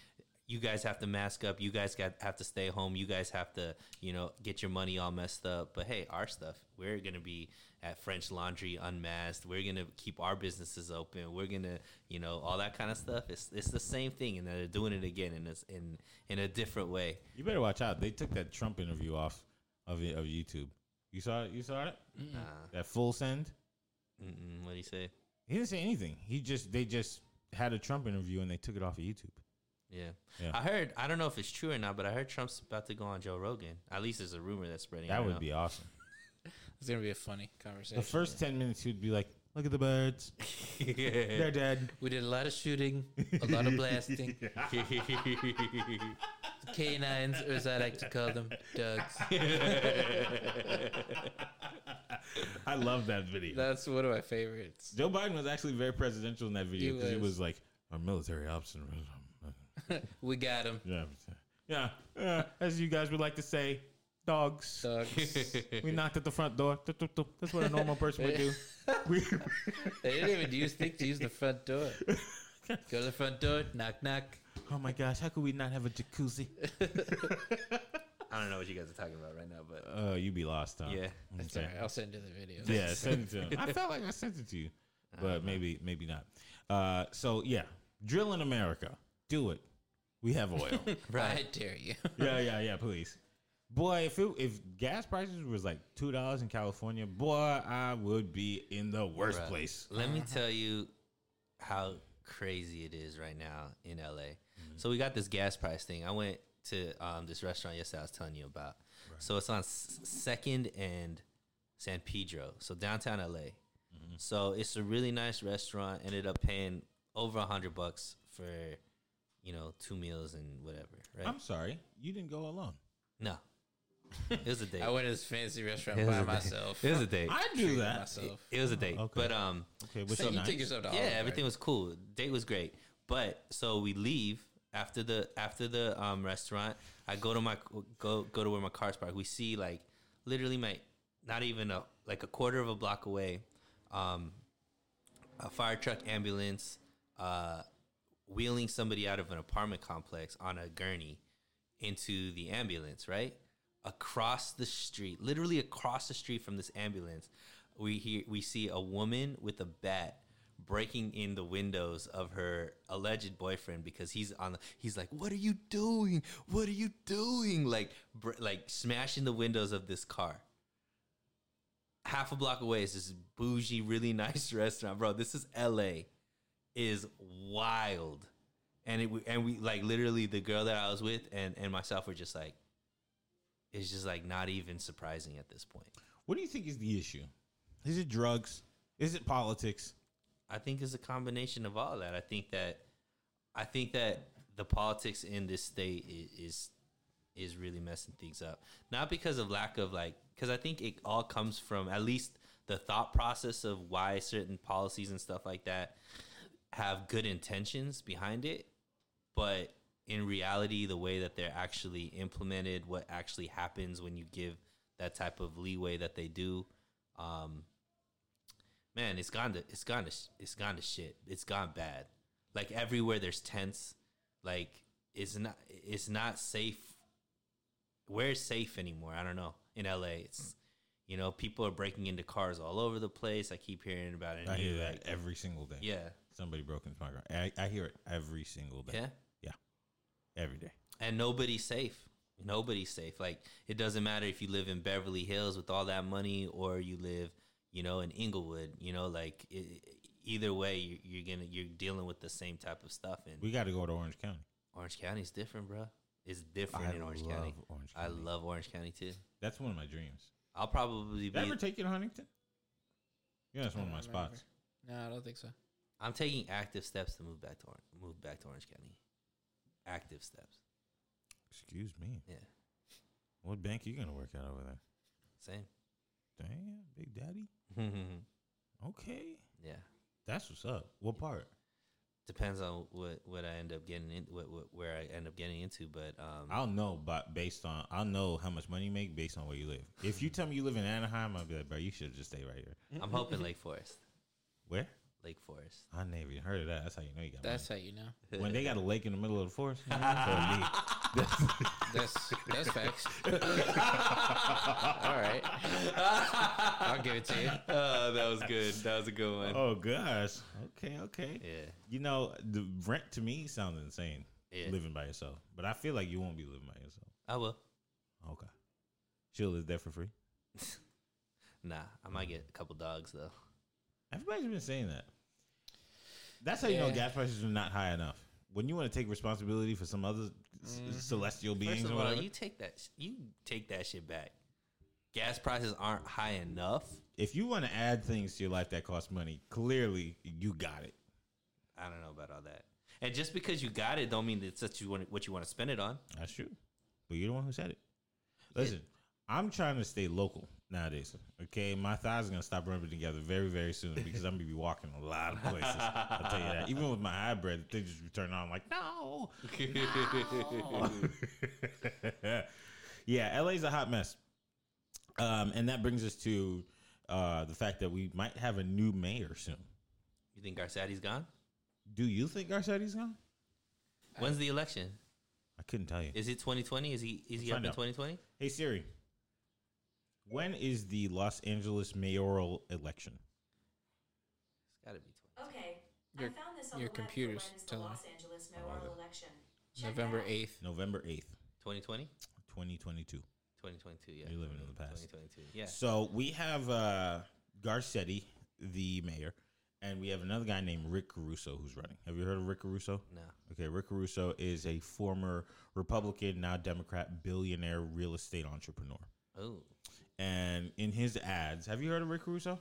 you guys have to mask up. You guys got have to stay home. You guys have to, you know, get your money all messed up. But hey, our stuff, we're gonna be at French Laundry unmasked. We're gonna keep our businesses open. We're gonna, you know, all that kind of stuff. It's it's the same thing, and they're doing it again, and it's in in a different way.
You better watch out. They took that Trump interview off of it- of YouTube. You saw it? You saw it? That full send.
Mm-mm, what do you say?
He didn't say anything. He just they just had a Trump interview and they took it off of YouTube.
Yeah.
Yeah.
I heard. I don't know if it's true or not, but I heard Trump's about to go on Joe Rogan. At least there's a rumor that's spreading.
That
right
would
now.
be awesome.
It's going to be a funny conversation.
The first ten minutes he'd be like, "Look at the birds. They're dead."
We did a lot of shooting, a lot of blasting. Canines, or as I like to call them, dogs.
I love that video.
That's one of my favorites.
Joe Biden was actually very presidential in that video
He
because he
was.
was like, "Our military ops." and-
We got them,
Yeah, yeah. Uh, as you guys would like to say, dogs.
dogs.
We knocked at the front door. Tup, tup, tup. That's what a normal person would do. We,
They didn't even use think to use the front door. Go to the front door, knock knock.
oh my gosh, how could we not have a jacuzzi?
I don't know what you guys are talking about right now, but
Uh, you'd be lost, huh?
yeah.
Okay.
Sorry, I'll send you the video.
Yeah, send it to him. I felt like I sent it to you, but maybe maybe not. Uh, so yeah, drill in America. Do it. We have oil.
I dare you.
yeah, yeah, yeah. Please, boy. If it, if gas prices was like two dollars in California, boy, I would be in the worst
Bruh,
place.
Let me tell you how crazy it is right now in LA.
Mm-hmm.
So we got this gas price thing. I went to um, this restaurant yesterday. I was telling you about. So it's on S- Second and San Pedro, so downtown LA.
Mm-hmm.
So it's a really nice restaurant. Ended up paying over a hundred bucks for you know, two meals and whatever, right?
I'm sorry, you didn't go alone.
no. It was a date.
I went to this fancy restaurant
it was
by
a date.
myself.
It was a date.
I do
Treated
that.
myself.
It was a date.
Okay.
But um
Okay, was
So
she
you
nice?
take yourself to
yeah,
Olive
everything
Garden.
was cool. Date was great. But so we leave after the after the um, restaurant. I go to my go go to where my car's parked. We see like literally my not even a like a quarter of a block away, um, a fire truck ambulance uh, wheeling somebody out of an apartment complex on a gurney into the ambulance, right? Across the street, literally across the street from this ambulance, we hear we see a woman with a bat breaking in the windows of her alleged boyfriend because he's on the, he's like what are you doing what are you doing like br- like smashing the windows of this car half a block away is this bougie really nice restaurant bro this is LA is wild. And it w- and we like literally the girl that I was with and and myself were just like, it's just like not even surprising at this point.
What do you think is the issue? Is it drugs? Is it politics?
I think it's a combination of all that. I think that I think that the politics in this state i- is is really messing things up. Not because of lack of like cuz I think it all comes from at least the thought process of why certain policies and stuff like that have good intentions behind it, but in reality the way that they're actually implemented, what actually happens when you give that type of leeway that they do um man, it's gone to it's gone to sh- it's gone to shit. It's gone bad. Like everywhere there's tents. Like it's not it's not safe. Where's safe anymore? I don't know. In LA, it's you know people are breaking into cars all over the place. I keep hearing about it.
I hear
Like,
that every single day.
Yeah,
Somebody broke into my car. I, I hear it every single day.
yeah,
Every day.
and nobody's safe. Nobody's safe. Like it doesn't matter if you live in Beverly Hills with all that money or you live, you know, in Inglewood. You know, like i i- either way, you you're gonna you're dealing with the same type of stuff. And
We got to go to Orange County.
Orange County's different, bro. It's different
I
in Orange
love
County.
Orange
I
County.
love Orange County too.
That's one of my dreams.
I'll probably
Did I
be.
ever take you to Huntington? Yeah, that's
I
one of my
don't remember.
spots.
No, I don't think so.
I'm taking active steps to move back to Orange, move back to Orange County. Active steps.
Excuse me.
Yeah,
What bank are you going to work at over there?
same.
Damn, Big Daddy. Okay.
yeah,
That's what's up. What part?
depends on what what I end up getting in, what, what where I end up getting into. But um,
I'll know, but based on I'll know how much money you make based on where you live. If you tell me you live in Anaheim, I'll be like, bro, you should just stay right here.
I'm hoping Lake Forest.
Where?
Lake Forest.
I never even heard of that. That's how you know you got
That's how you know.
money. When they got a lake in the middle of the forest, man, that's what it is.
That's that's facts. All right, I'll give it to you.
Oh, that was good. That was a good one.
oh gosh. Okay, okay.
Yeah.
You know, the rent to me sounds insane.
Yeah.
Living by yourself, but I feel like you won't be living by yourself.
I will.
Okay. She'll live there for free.
Nah, I might get a couple dogs though.
Everybody's been saying that. That's how you know
Yeah.
gas prices are not high enough. When you want to take responsibility for some other s- celestial beings
Mm-hmm. First
or
of all,
whatever,
you take that sh- you take that shit back. Gas prices aren't high enough.
if you want to add things to your life that cost money, clearly you got it.
I don't know about all that. And just because you got it, don't mean it's what you want what you want to spend it on.
That's true. But you're the one who said it. Listen, I'm trying to stay local nowadays. Okay, my thighs are gonna stop rubbing together very, very soon because I'm gonna be walking a lot of places. I'll tell you that. Even with my hybrid, things just turn on. I'm like, no. no. yeah, LA's a hot mess. Um, and that brings us to uh, the fact that we might have a new mayor soon.
You think Garcetti's gone?
Do you think Garcetti's gone?
When's the election?
I couldn't tell you.
Is it 2020? Is he is he
Let's find
up in
out.
2020?
Hey Siri, when is the Los Angeles mayoral election?
It's got to be 20.
Okay.
Your-
I found this on
your
the web for
computer's
when is the
telling
Los Angeles mayoral election. Check
November
it out.
eighth.
November 8th,
2020,
2022.
2022. Yeah,
You're living in the past.
2022. Yeah.
So we have uh, Garcetti, the mayor, and we have another guy named Rick Caruso who's running. Have you heard of Rick Caruso?
No.
Okay, Rick Caruso is a former Republican, now Democrat, billionaire real estate entrepreneur.
Oh,
and in his ads, have you heard of Rick Caruso?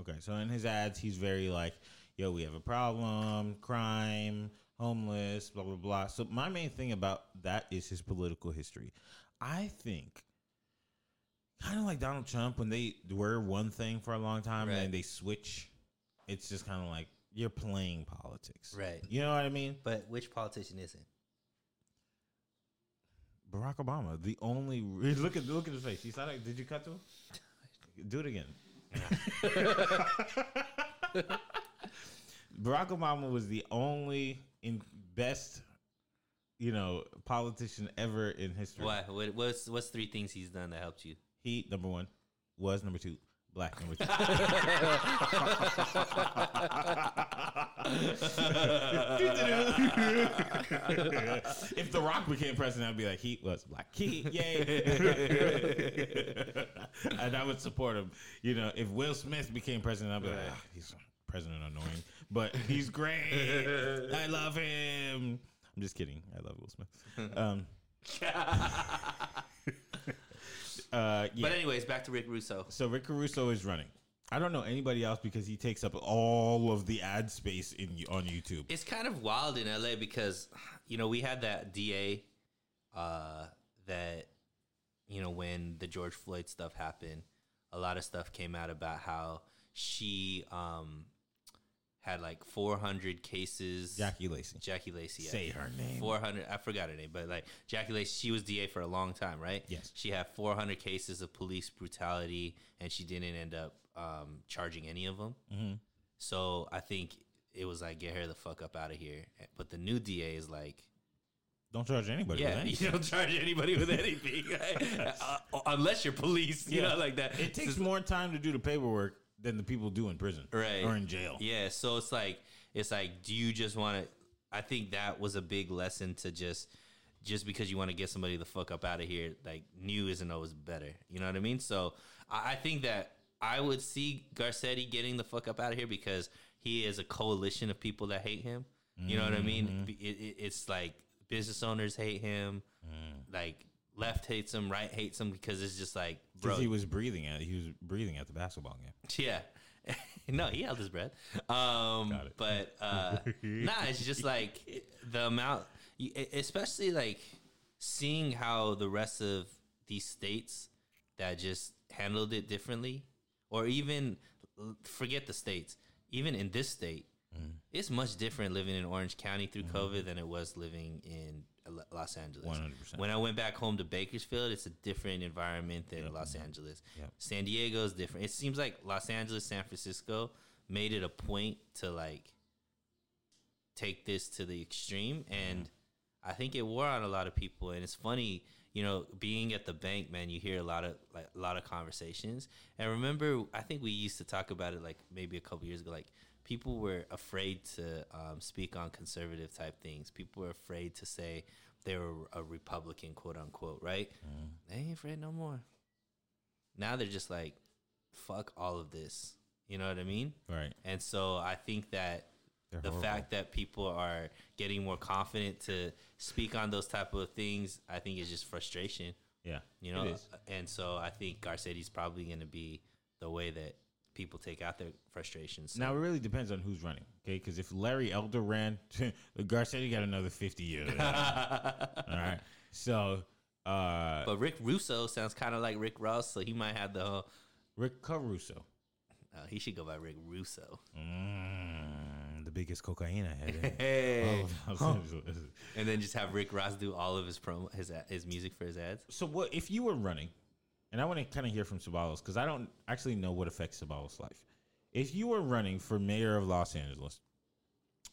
Okay, so in his ads, he's very like, "Yo, we have a problem, crime, homeless, blah blah blah. So my main thing about that is his political history. I think kind of like Donald Trump when they were one thing for a long time
Right.
and then they switch. It's just kind of like you're playing politics.
Right.
You know what I mean?
But which politician isn't?
Barack Obama, the only look at look at his face. He's not like, did you cut to him? Do it again. Barack Obama was the only in best, you know, politician ever in history.
Why? What, what's what's three things he's done that helped you?
He number one was number two, black number two. if The Rock became president, I'd be like, he was black. He, yay. and I would support him. You know, if Will Smith became president, I'd be like, "Ah, he's president annoying, but he's great. I love him. I'm just kidding. I love Will Smith. Um, uh, yeah.
But anyways, back to Rick Russo.
So Rick Caruso is running. I don't know anybody else because he takes up all of the ad space in on YouTube.
It's kind of wild in LA because you know we had that DA uh, that you know when the George Floyd stuff happened, a lot of stuff came out about how she um, had like 400 cases.
Jackie Lacey.
Jackie Lacey. I
Say
think.
her name.
400. I forgot her name, but like Jackie Lacey, she was DA for a long time, right?
Yes.
She had 400 cases of police brutality, and she didn't end up um, charging any of them.
Mm-hmm.
So I think it was like, get her the fuck up out of here. But the new DA is like,
Don't charge anybody.
yeah,
with
you
anything.
don't charge anybody with anything uh, unless you're police, you
Yeah.
know, like that.
It takes more time to do the paperwork than the people do in prison
right
or in jail.
Yeah, so it's like it's like do you just want to I think that was a big lesson to just just because you want to get somebody the fuck up out of here, like new isn't always better. You know what I mean? So I, I think that I would see Garcetti getting the fuck up out of here because he is a coalition of people that hate him. You know what I mean? It, it, it's like business owners hate him, like left hates him, right hates him because it's just like bro,
Because he was breathing at he was breathing at the basketball game.
yeah. no, he held his breath. Um,
Got it.
but uh, nah, it's just like the amount, e- especially like seeing how the rest of these states that just handled it differently, or even forget the states, even in this state, it's much different living in Orange County through COVID than it was living in L- Los Angeles.
100%.
When I went back home to Bakersfield, it's a different environment than Los Angeles.
Yep.
San Diego is different. It seems like Los Angeles, San Francisco made it a point to like take this to the extreme and I think it wore on a lot of people and it's funny, you know, being at the bank, man, you hear a lot of like a lot of conversations. And remember I think we used to talk about it like maybe a couple years ago like people were afraid to um, speak on conservative type things. People were afraid to say they were a Republican, quote unquote, right? They ain't afraid no more. Now they're just like, fuck all of this. You know what I mean?
Right.
And so I think that
They're
the
horrible.
fact that people are getting more confident to speak on those type of things, I think is just frustration.
Yeah.
You
it
know, uh,
is.
and so I think Garcetti's probably going to be the way that people take out their frustrations.
Now it really depends on who's running, okay? Because if Larry Elder ran, Garcetti got another fifty years. All right. So uh,
but Rick Russo sounds kind of like Rick Ross, so he might have the whole.
Rick Caruso,
Uh, he should go by Rick Russo.
mm, the biggest cocaine I had. in
Hey,
all of Los Angeles.
and then just have Rick Ross do all of his promo, his a- his music for his ads.
So what if you were running? And I want to kind of hear from Sabalos because I don't actually know what affects Sabalos' life. If you were running for mayor of Los Angeles,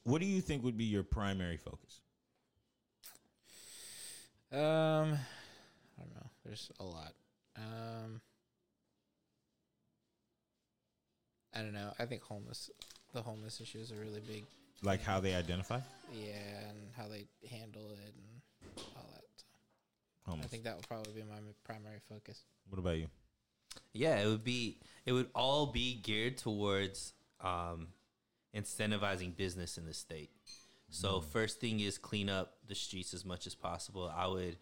what do you think would be your primary focus?
Um, I don't know. There's a lot. Um, I don't know. I think homeless, the homeless issue is a really big,
Like how they identify?
yeah, and how they handle it and all that. I
Homeless.
think that would probably be my m- primary focus.
what about you?
Yeah, it would be it would all be geared towards um, incentivizing business in the state. So first thing is clean up the streets as much as possible. I would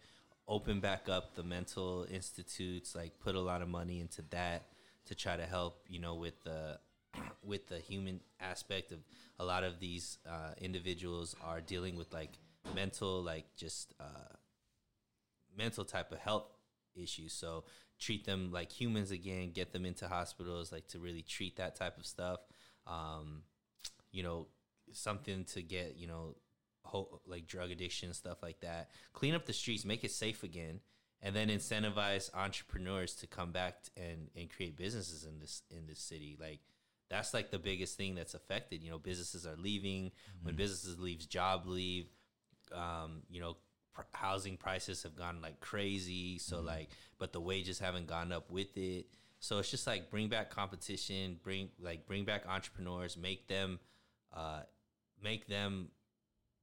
open back up the mental institutes, like put a lot of money into that to try to help, you know, with the with the human aspect of a lot of these uh, individuals are dealing with like mental, like just uh, mental type of health issues. So treat them like humans again, get them into hospitals, like to really treat that type of stuff. Um, you know, something to get, you know, ho like drug addiction, stuff like that. Clean up the streets, make it safe again, and then incentivize entrepreneurs to come back t- and, and create businesses in this in this city. Like that's like the biggest thing that's affected. You know, businesses are leaving. When businesses leaves, job leave um, you know, pr- housing prices have gone like crazy. So like, but the wages haven't gone up with it. So it's just like bring back competition, bring like bring back entrepreneurs, make them, uh, make them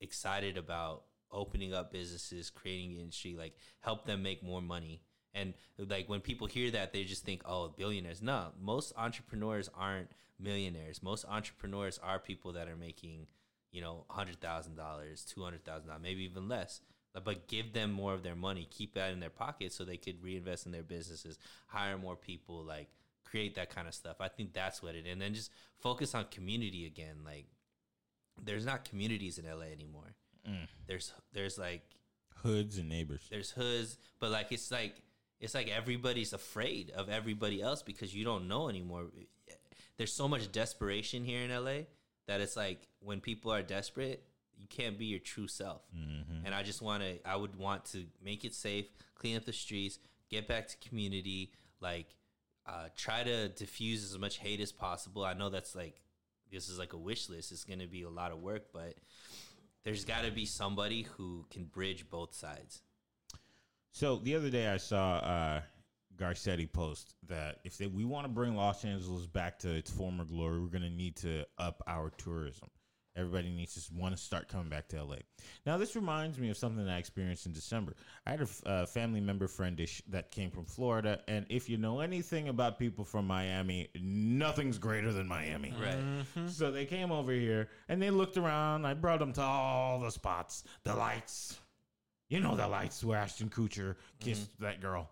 excited about opening up businesses, creating industry, like help them make more money. And like when people hear that, they just think, oh, billionaires. No, most entrepreneurs aren't millionaires. Most entrepreneurs are people that are making, you know, hundred thousand dollars, two hundred thousand dollars, maybe even less. But give them more of their money, keep that in their pocket so they could reinvest in their businesses, hire more people, like create that kind of stuff. I think that's what it. And then just focus on community again. Like there's not communities in LA anymore. There's there's like
Hoods and neighbors.
there's hoods, but like it's like it's like everybody's afraid of everybody else because you don't know anymore. There's so much desperation here in LA that it's like when people are desperate, you can't be your true self.
Mm-hmm.
And I just want to I would want to make it safe, clean up the streets, get back to community, like uh, try to diffuse as much hate as possible. I know that's like this is like a wish list. It's going to be a lot of work, but there's got to be somebody who can bridge both sides.
So the other day I saw uh, Garcetti post that if they, we want to bring Los Angeles back to its former glory, we're going to need to up our tourism. Everybody needs to want to start coming back to LA. Now, this reminds me of something that I experienced in December. I had a f- uh, family member friendish that came from Florida, and if you know anything about people from Miami, nothing's greater than Miami.
Right.
Mm-hmm.
Mm-hmm. So they came over here and they looked around. I brought them to all the spots, the lights. You know the lights where Ashton Kutcher kissed that girl.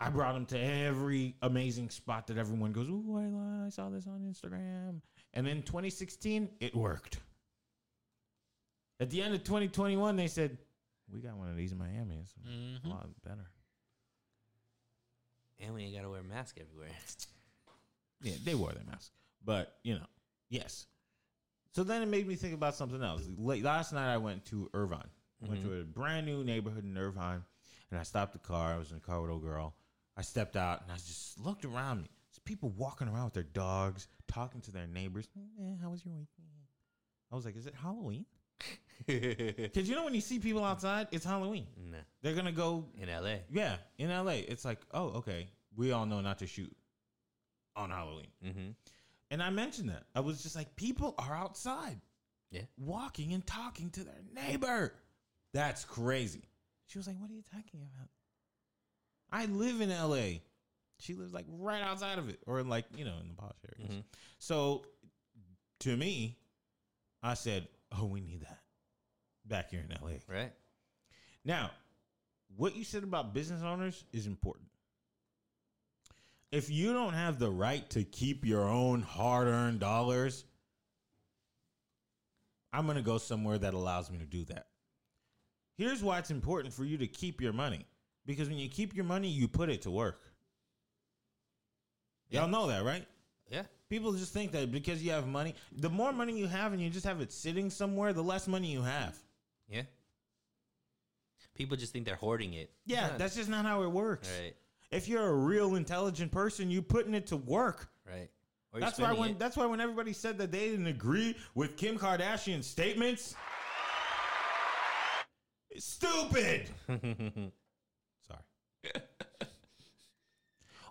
I brought them to every amazing spot that everyone goes, "Ooh, I, li- I saw this on Instagram." And in 2016, it worked. At the end of 2021, they said, "We got one of these in Miami. It's a lot better."
And we ain't got to wear a mask everywhere.
Yeah, they wore their mask. But, you know, yes. So then it made me think about something else. Late, last night I went to Irvine. Went to a brand new neighborhood in Irvine and I stopped the car. I was in the car with old girl. I stepped out and I just looked around me. There's people walking around with their dogs, talking to their neighbors. Eh, how was your week? I was like, is it Halloween? Because you know when you see people outside, it's Halloween.
Nah.
They're gonna go
In LA.
yeah, in LA, it's like, oh, okay, we all know not to shoot on Halloween.
Mm-hmm.
And I mentioned that. I was just like, people are outside
Yeah.
walking and talking to their neighbor. That's crazy. She was like, what are you talking about? I live in LA. She lives like right outside of it or like, you know, in the posh areas. So to me, I said, oh, we need that back here in LA.
Right.
Now, what you said about business owners is important. If you don't have the right to keep your own hard earned dollars, I'm going to go somewhere that allows me to do that. Here's why it's important for you to keep your money because when you keep your money, you put it to work. Y'all know that, right?
Yeah.
People just think that because you have money, the more money you have and you just have it sitting somewhere, the less money you have.
Yeah. People just think they're hoarding it.
Yeah, that's just not how it works.
right.
If you're a real intelligent person, you're putting it to work.
Right. Or you're
That's why
spending
when
it.
that's why when everybody said that they didn't agree with Kim Kardashian's statements, it's stupid. Sorry.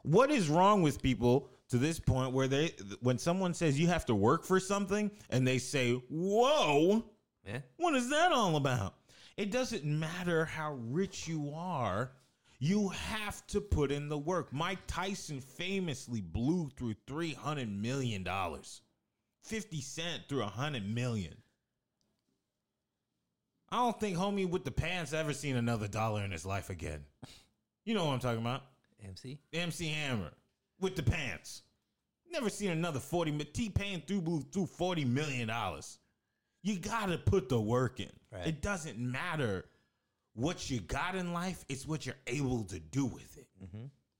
what is wrong with people to this point where they when someone says you have to work for something and they say, "Whoa,
yeah.
what is that all about? It doesn't matter how rich you are, you have to put in the work. Mike Tyson famously blew through $300 million, 50 Cent through $100 million. I don't think homie with the pants ever seen another dollar in his life again. You know what I'm talking about.
MC.
MC Hammer with the pants. Never seen another 40 mi- T-Pain through blew through 40 million dollars. You got to put the work in.
Right.
It doesn't matter what you got in life, it's what you're able to do with it.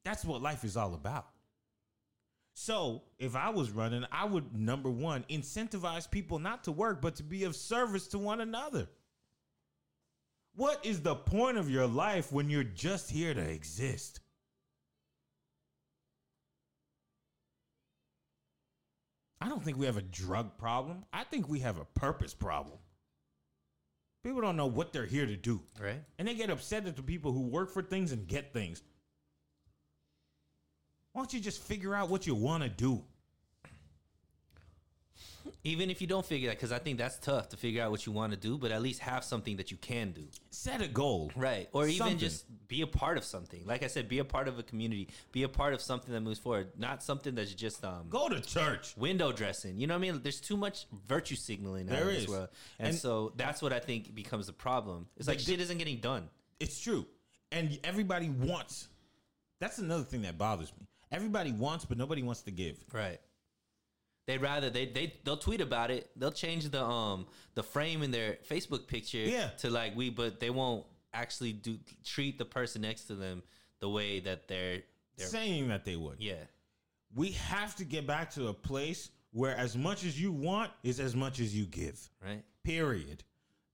That's what life is all about. So, if I was running, I would number 1 incentivize people not to work but to be of service to one another. What is the point of your life when you're just here to exist? I don't think we have a drug problem. I think we have a purpose problem. People don't know what they're here to do.
Right.
And they get upset at the people who work for things and get things. Why don't you just figure out what you want to do?
Even if you don't figure that, because I think that's tough to figure out what you want to do, but at least have something that you can do.
Set a goal.
Right. Or even
Something.
just be a part of something. Like I said, be a part of a community, be a part of something that moves forward, not something that's just um,
Go to church.
window dressing. You know what I mean? There's too much virtue signaling out
There
in this
is.
world. And,
And-
so that's what I think becomes the problem. It's like
But
shit isn't getting done.
It's true. And everybody wants. That's another thing that bothers me. Everybody wants, but nobody wants to give.
Right. They'd rather they they they'll tweet about it. They'll change the um the frame in their Facebook picture
Yeah.
to like we but they won't actually do treat the person next to them the way that they're they're
Saying that they would.
yeah.
We have to get back to a place where as much as you want is as much as you give.
Right?
Period.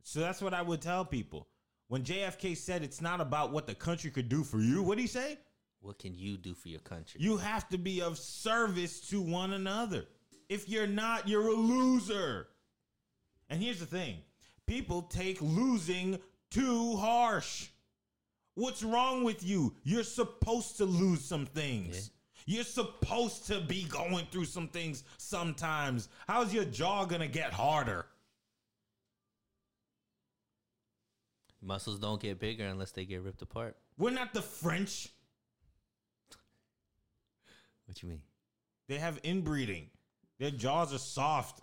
So that's what I would tell people. When JFK said it's not about what the country could do for you, what did he say?
What can you do for your country?
You have to be of service to one another. If you're not, you're a loser. And here's the thing people take losing too harsh. What's wrong with you? You're supposed to lose some things. You're supposed to be going through some things sometimes. How's your jaw gonna get harder?
Muscles don't get bigger unless they get ripped apart.
We're not the French.
What you mean?
They have inbreeding. Their jaws are soft.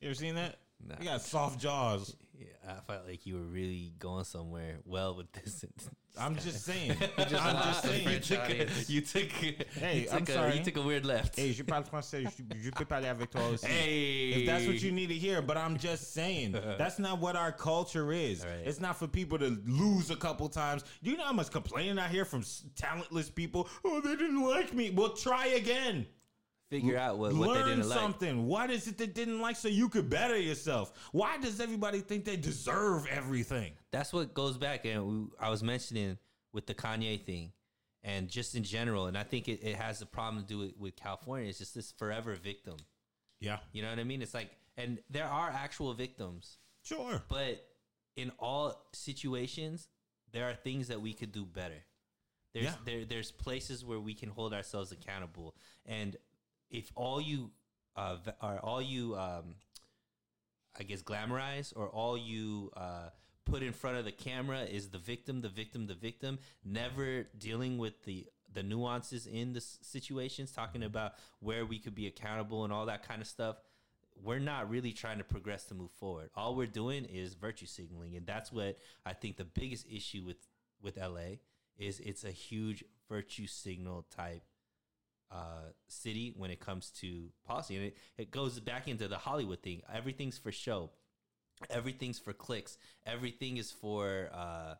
You ever seen that?
Nah.
They got soft jaws.
Yeah, I felt like you were really going somewhere well with this.
I'm just saying. I'm
lost
just
the
saying.
French
you took, a,
audience.
you took, hey,
Hey,
you took
I'm
a,
sorry.
You took a weird left.
Hey, je parle français. Je, je peux parler avec toi aussi.
Hey.
If that's what you need to hear, but I'm just saying that's not what our culture is.
Right.
It's not for people to lose a couple times. Do you know how much complaining I hear from s- talentless people? Oh, they didn't like me. Well, try again.
figure out what, what they
Learn
didn't like.
something. What is it they didn't like so you could better yourself? Why does everybody think they deserve everything?
That's what goes back, and we, I was mentioning with the Kanye thing, and just in general, and I think it, it has a problem to do with, with California. It's just this forever victim.
Yeah.
You know what I mean? It's like, and there are actual victims.
Sure.
but in all situations there are things that we could do better there's
Yeah.
there, there's places where we can hold ourselves accountable and if all you uh, v- are all you um, i guess glamorize or all you uh, put in front of the camera is the victim the victim the victim never dealing with the the nuances in the s- situations talking about where we could be accountable and all that kind of stuff we're not really trying to progress to move forward. All we're doing is virtue signaling, and that's what I think the biggest issue with with LA is it's a huge virtue signal type uh, city when it comes to policy, and it, it goes back into the Hollywood thing. Everything's for show, everything's for clicks, everything is for uh,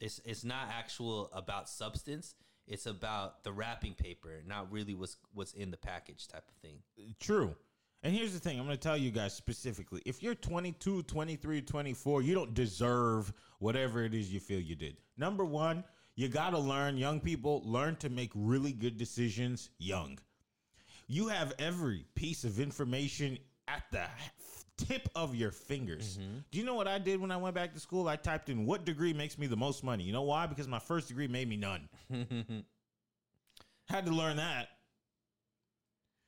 it's it's not actual about substance. It's about the wrapping paper, not really what's what's in the package type of thing.
True. And here's the thing I'm going to tell you guys specifically. If you're 22, 23, 24, you don't deserve whatever it is you feel you did. Number one, you got to learn, young people, learn to make really good decisions young. You have every piece of information at the tip of your fingers. Do you know what I did when I went back to school? I typed in what degree makes me the most money. You know why? Because my first degree made me none. Had to learn that.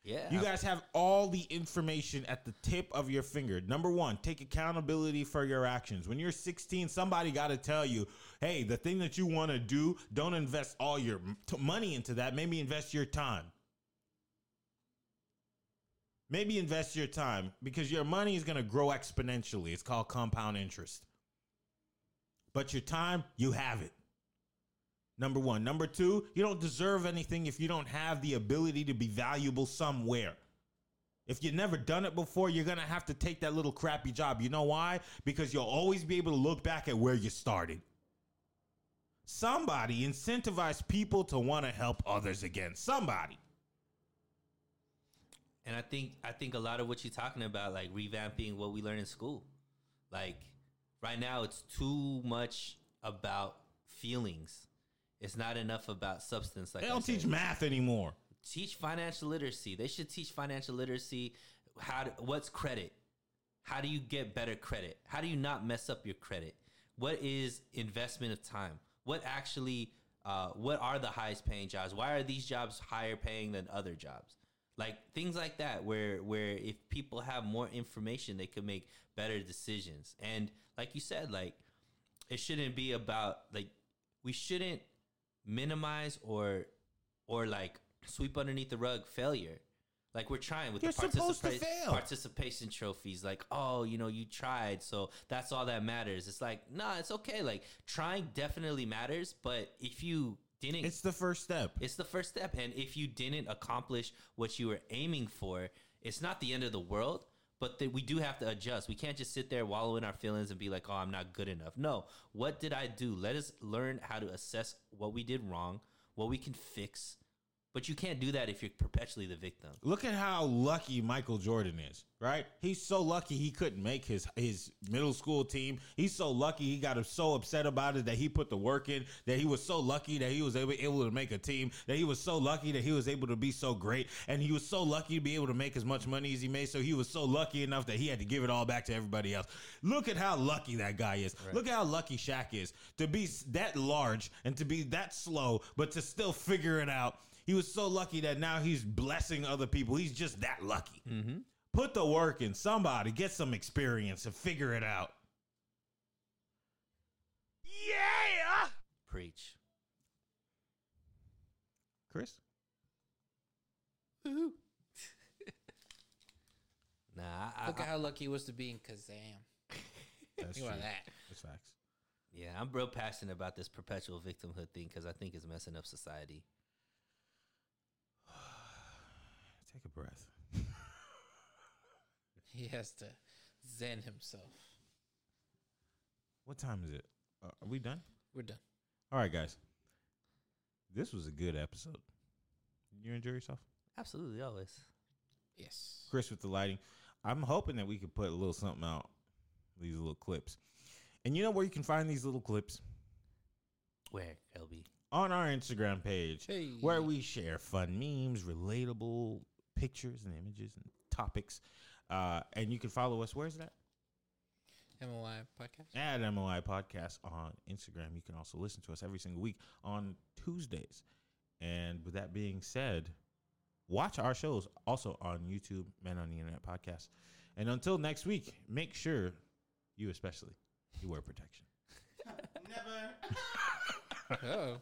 Yeah,
You guys have all the information at the tip of your finger. Number one, take accountability for your actions. When you're 16, somebody got to tell you, hey, the thing that you want to do, don't invest all your m- t- money into that. Maybe invest your time. Maybe invest your time because your money is going to grow exponentially. It's called compound interest. But your time, you have it. Number one. Number two, you don't deserve anything if you don't have the ability to be valuable somewhere. If you've never done it before, you're going to have to take that little crappy job. You know why? Because you'll always be able to look back at where you started. Somebody incentivize people to want to help others again. Somebody.
And I think I think a lot of what you're talking about, like revamping what we learn in school. Like right now it's too much about feelings. It's not enough about substance. Like
They
I
don't teach
said.
math anymore.
teach financial literacy. They should teach financial literacy. How to, what's credit? How do you get better credit? How do you not mess up your credit? What is investment of time? What actually? Uh, what are the highest paying jobs? Why are these jobs higher paying than other jobs? Like things like that, where where if people have more information, they can make better decisions. And like you said, like it shouldn't be about like we shouldn't minimize or or like sweep underneath the rug failure. Like we're trying with
You're
the
supposed to
participa-
fail.
participation trophies, like oh, you know, you tried, so that's all that matters. It's like nah, it's okay. Like trying definitely matters, but if you didn't,
It's the first step.
it's the first step. And if you didn't accomplish what you were aiming for, it's not the end of the world. But that we do have to adjust. We can't just sit there wallow in our feelings and be like, "Oh, I'm not good enough." No, what did I do? Let us learn how to assess what we did wrong, what we can fix. But you can't do that if you're perpetually the victim.
Look at how lucky Michael Jordan is, right? He's so lucky he couldn't make his his middle school team. He's so lucky he got so upset about it that he put the work in, that he was so lucky that he was able, able to make a team, that he was so lucky that he was able to be so great, and he was so lucky to be able to make as much money as he made. So he was so lucky enough that he had to give it all back to everybody else. Look at how lucky that guy is. Look at how lucky Shaq is to be s- that large and to be that slow, but to still figure it out. He was so lucky that now he's blessing other people. He's just that lucky. Put the work in. Somebody get some experience and figure it out.
Preach.
Chris,
Nah, I,
Look
I-
at how lucky he was to be in Kazam.
that's
Think about that.
That's facts.
yeah, I'm real passionate about this perpetual victimhood thing because I think it's messing up society.
Take a breath.
He has to zen himself.
What time is it? Uh, are we done?
We're done.
All right, guys. This was a good episode. You enjoy yourself,
Absolutely, always.
Yes.
Chris, with the lighting. I'm hoping that we could put a little something out. These little clips, and you know where you can find these little clips.
Where LB?
on our Instagram page
Hey.
where we share fun memes, relatable pictures and images and topics. Uh, and you can follow us. Where's that?
MOI podcast.
At MOI Podcast on Instagram. You can also listen to us every single week on Tuesdays. And with that being said, watch our shows also on YouTube and on the Internet Podcast. And until next week, make sure you especially you wear protection.
Oh.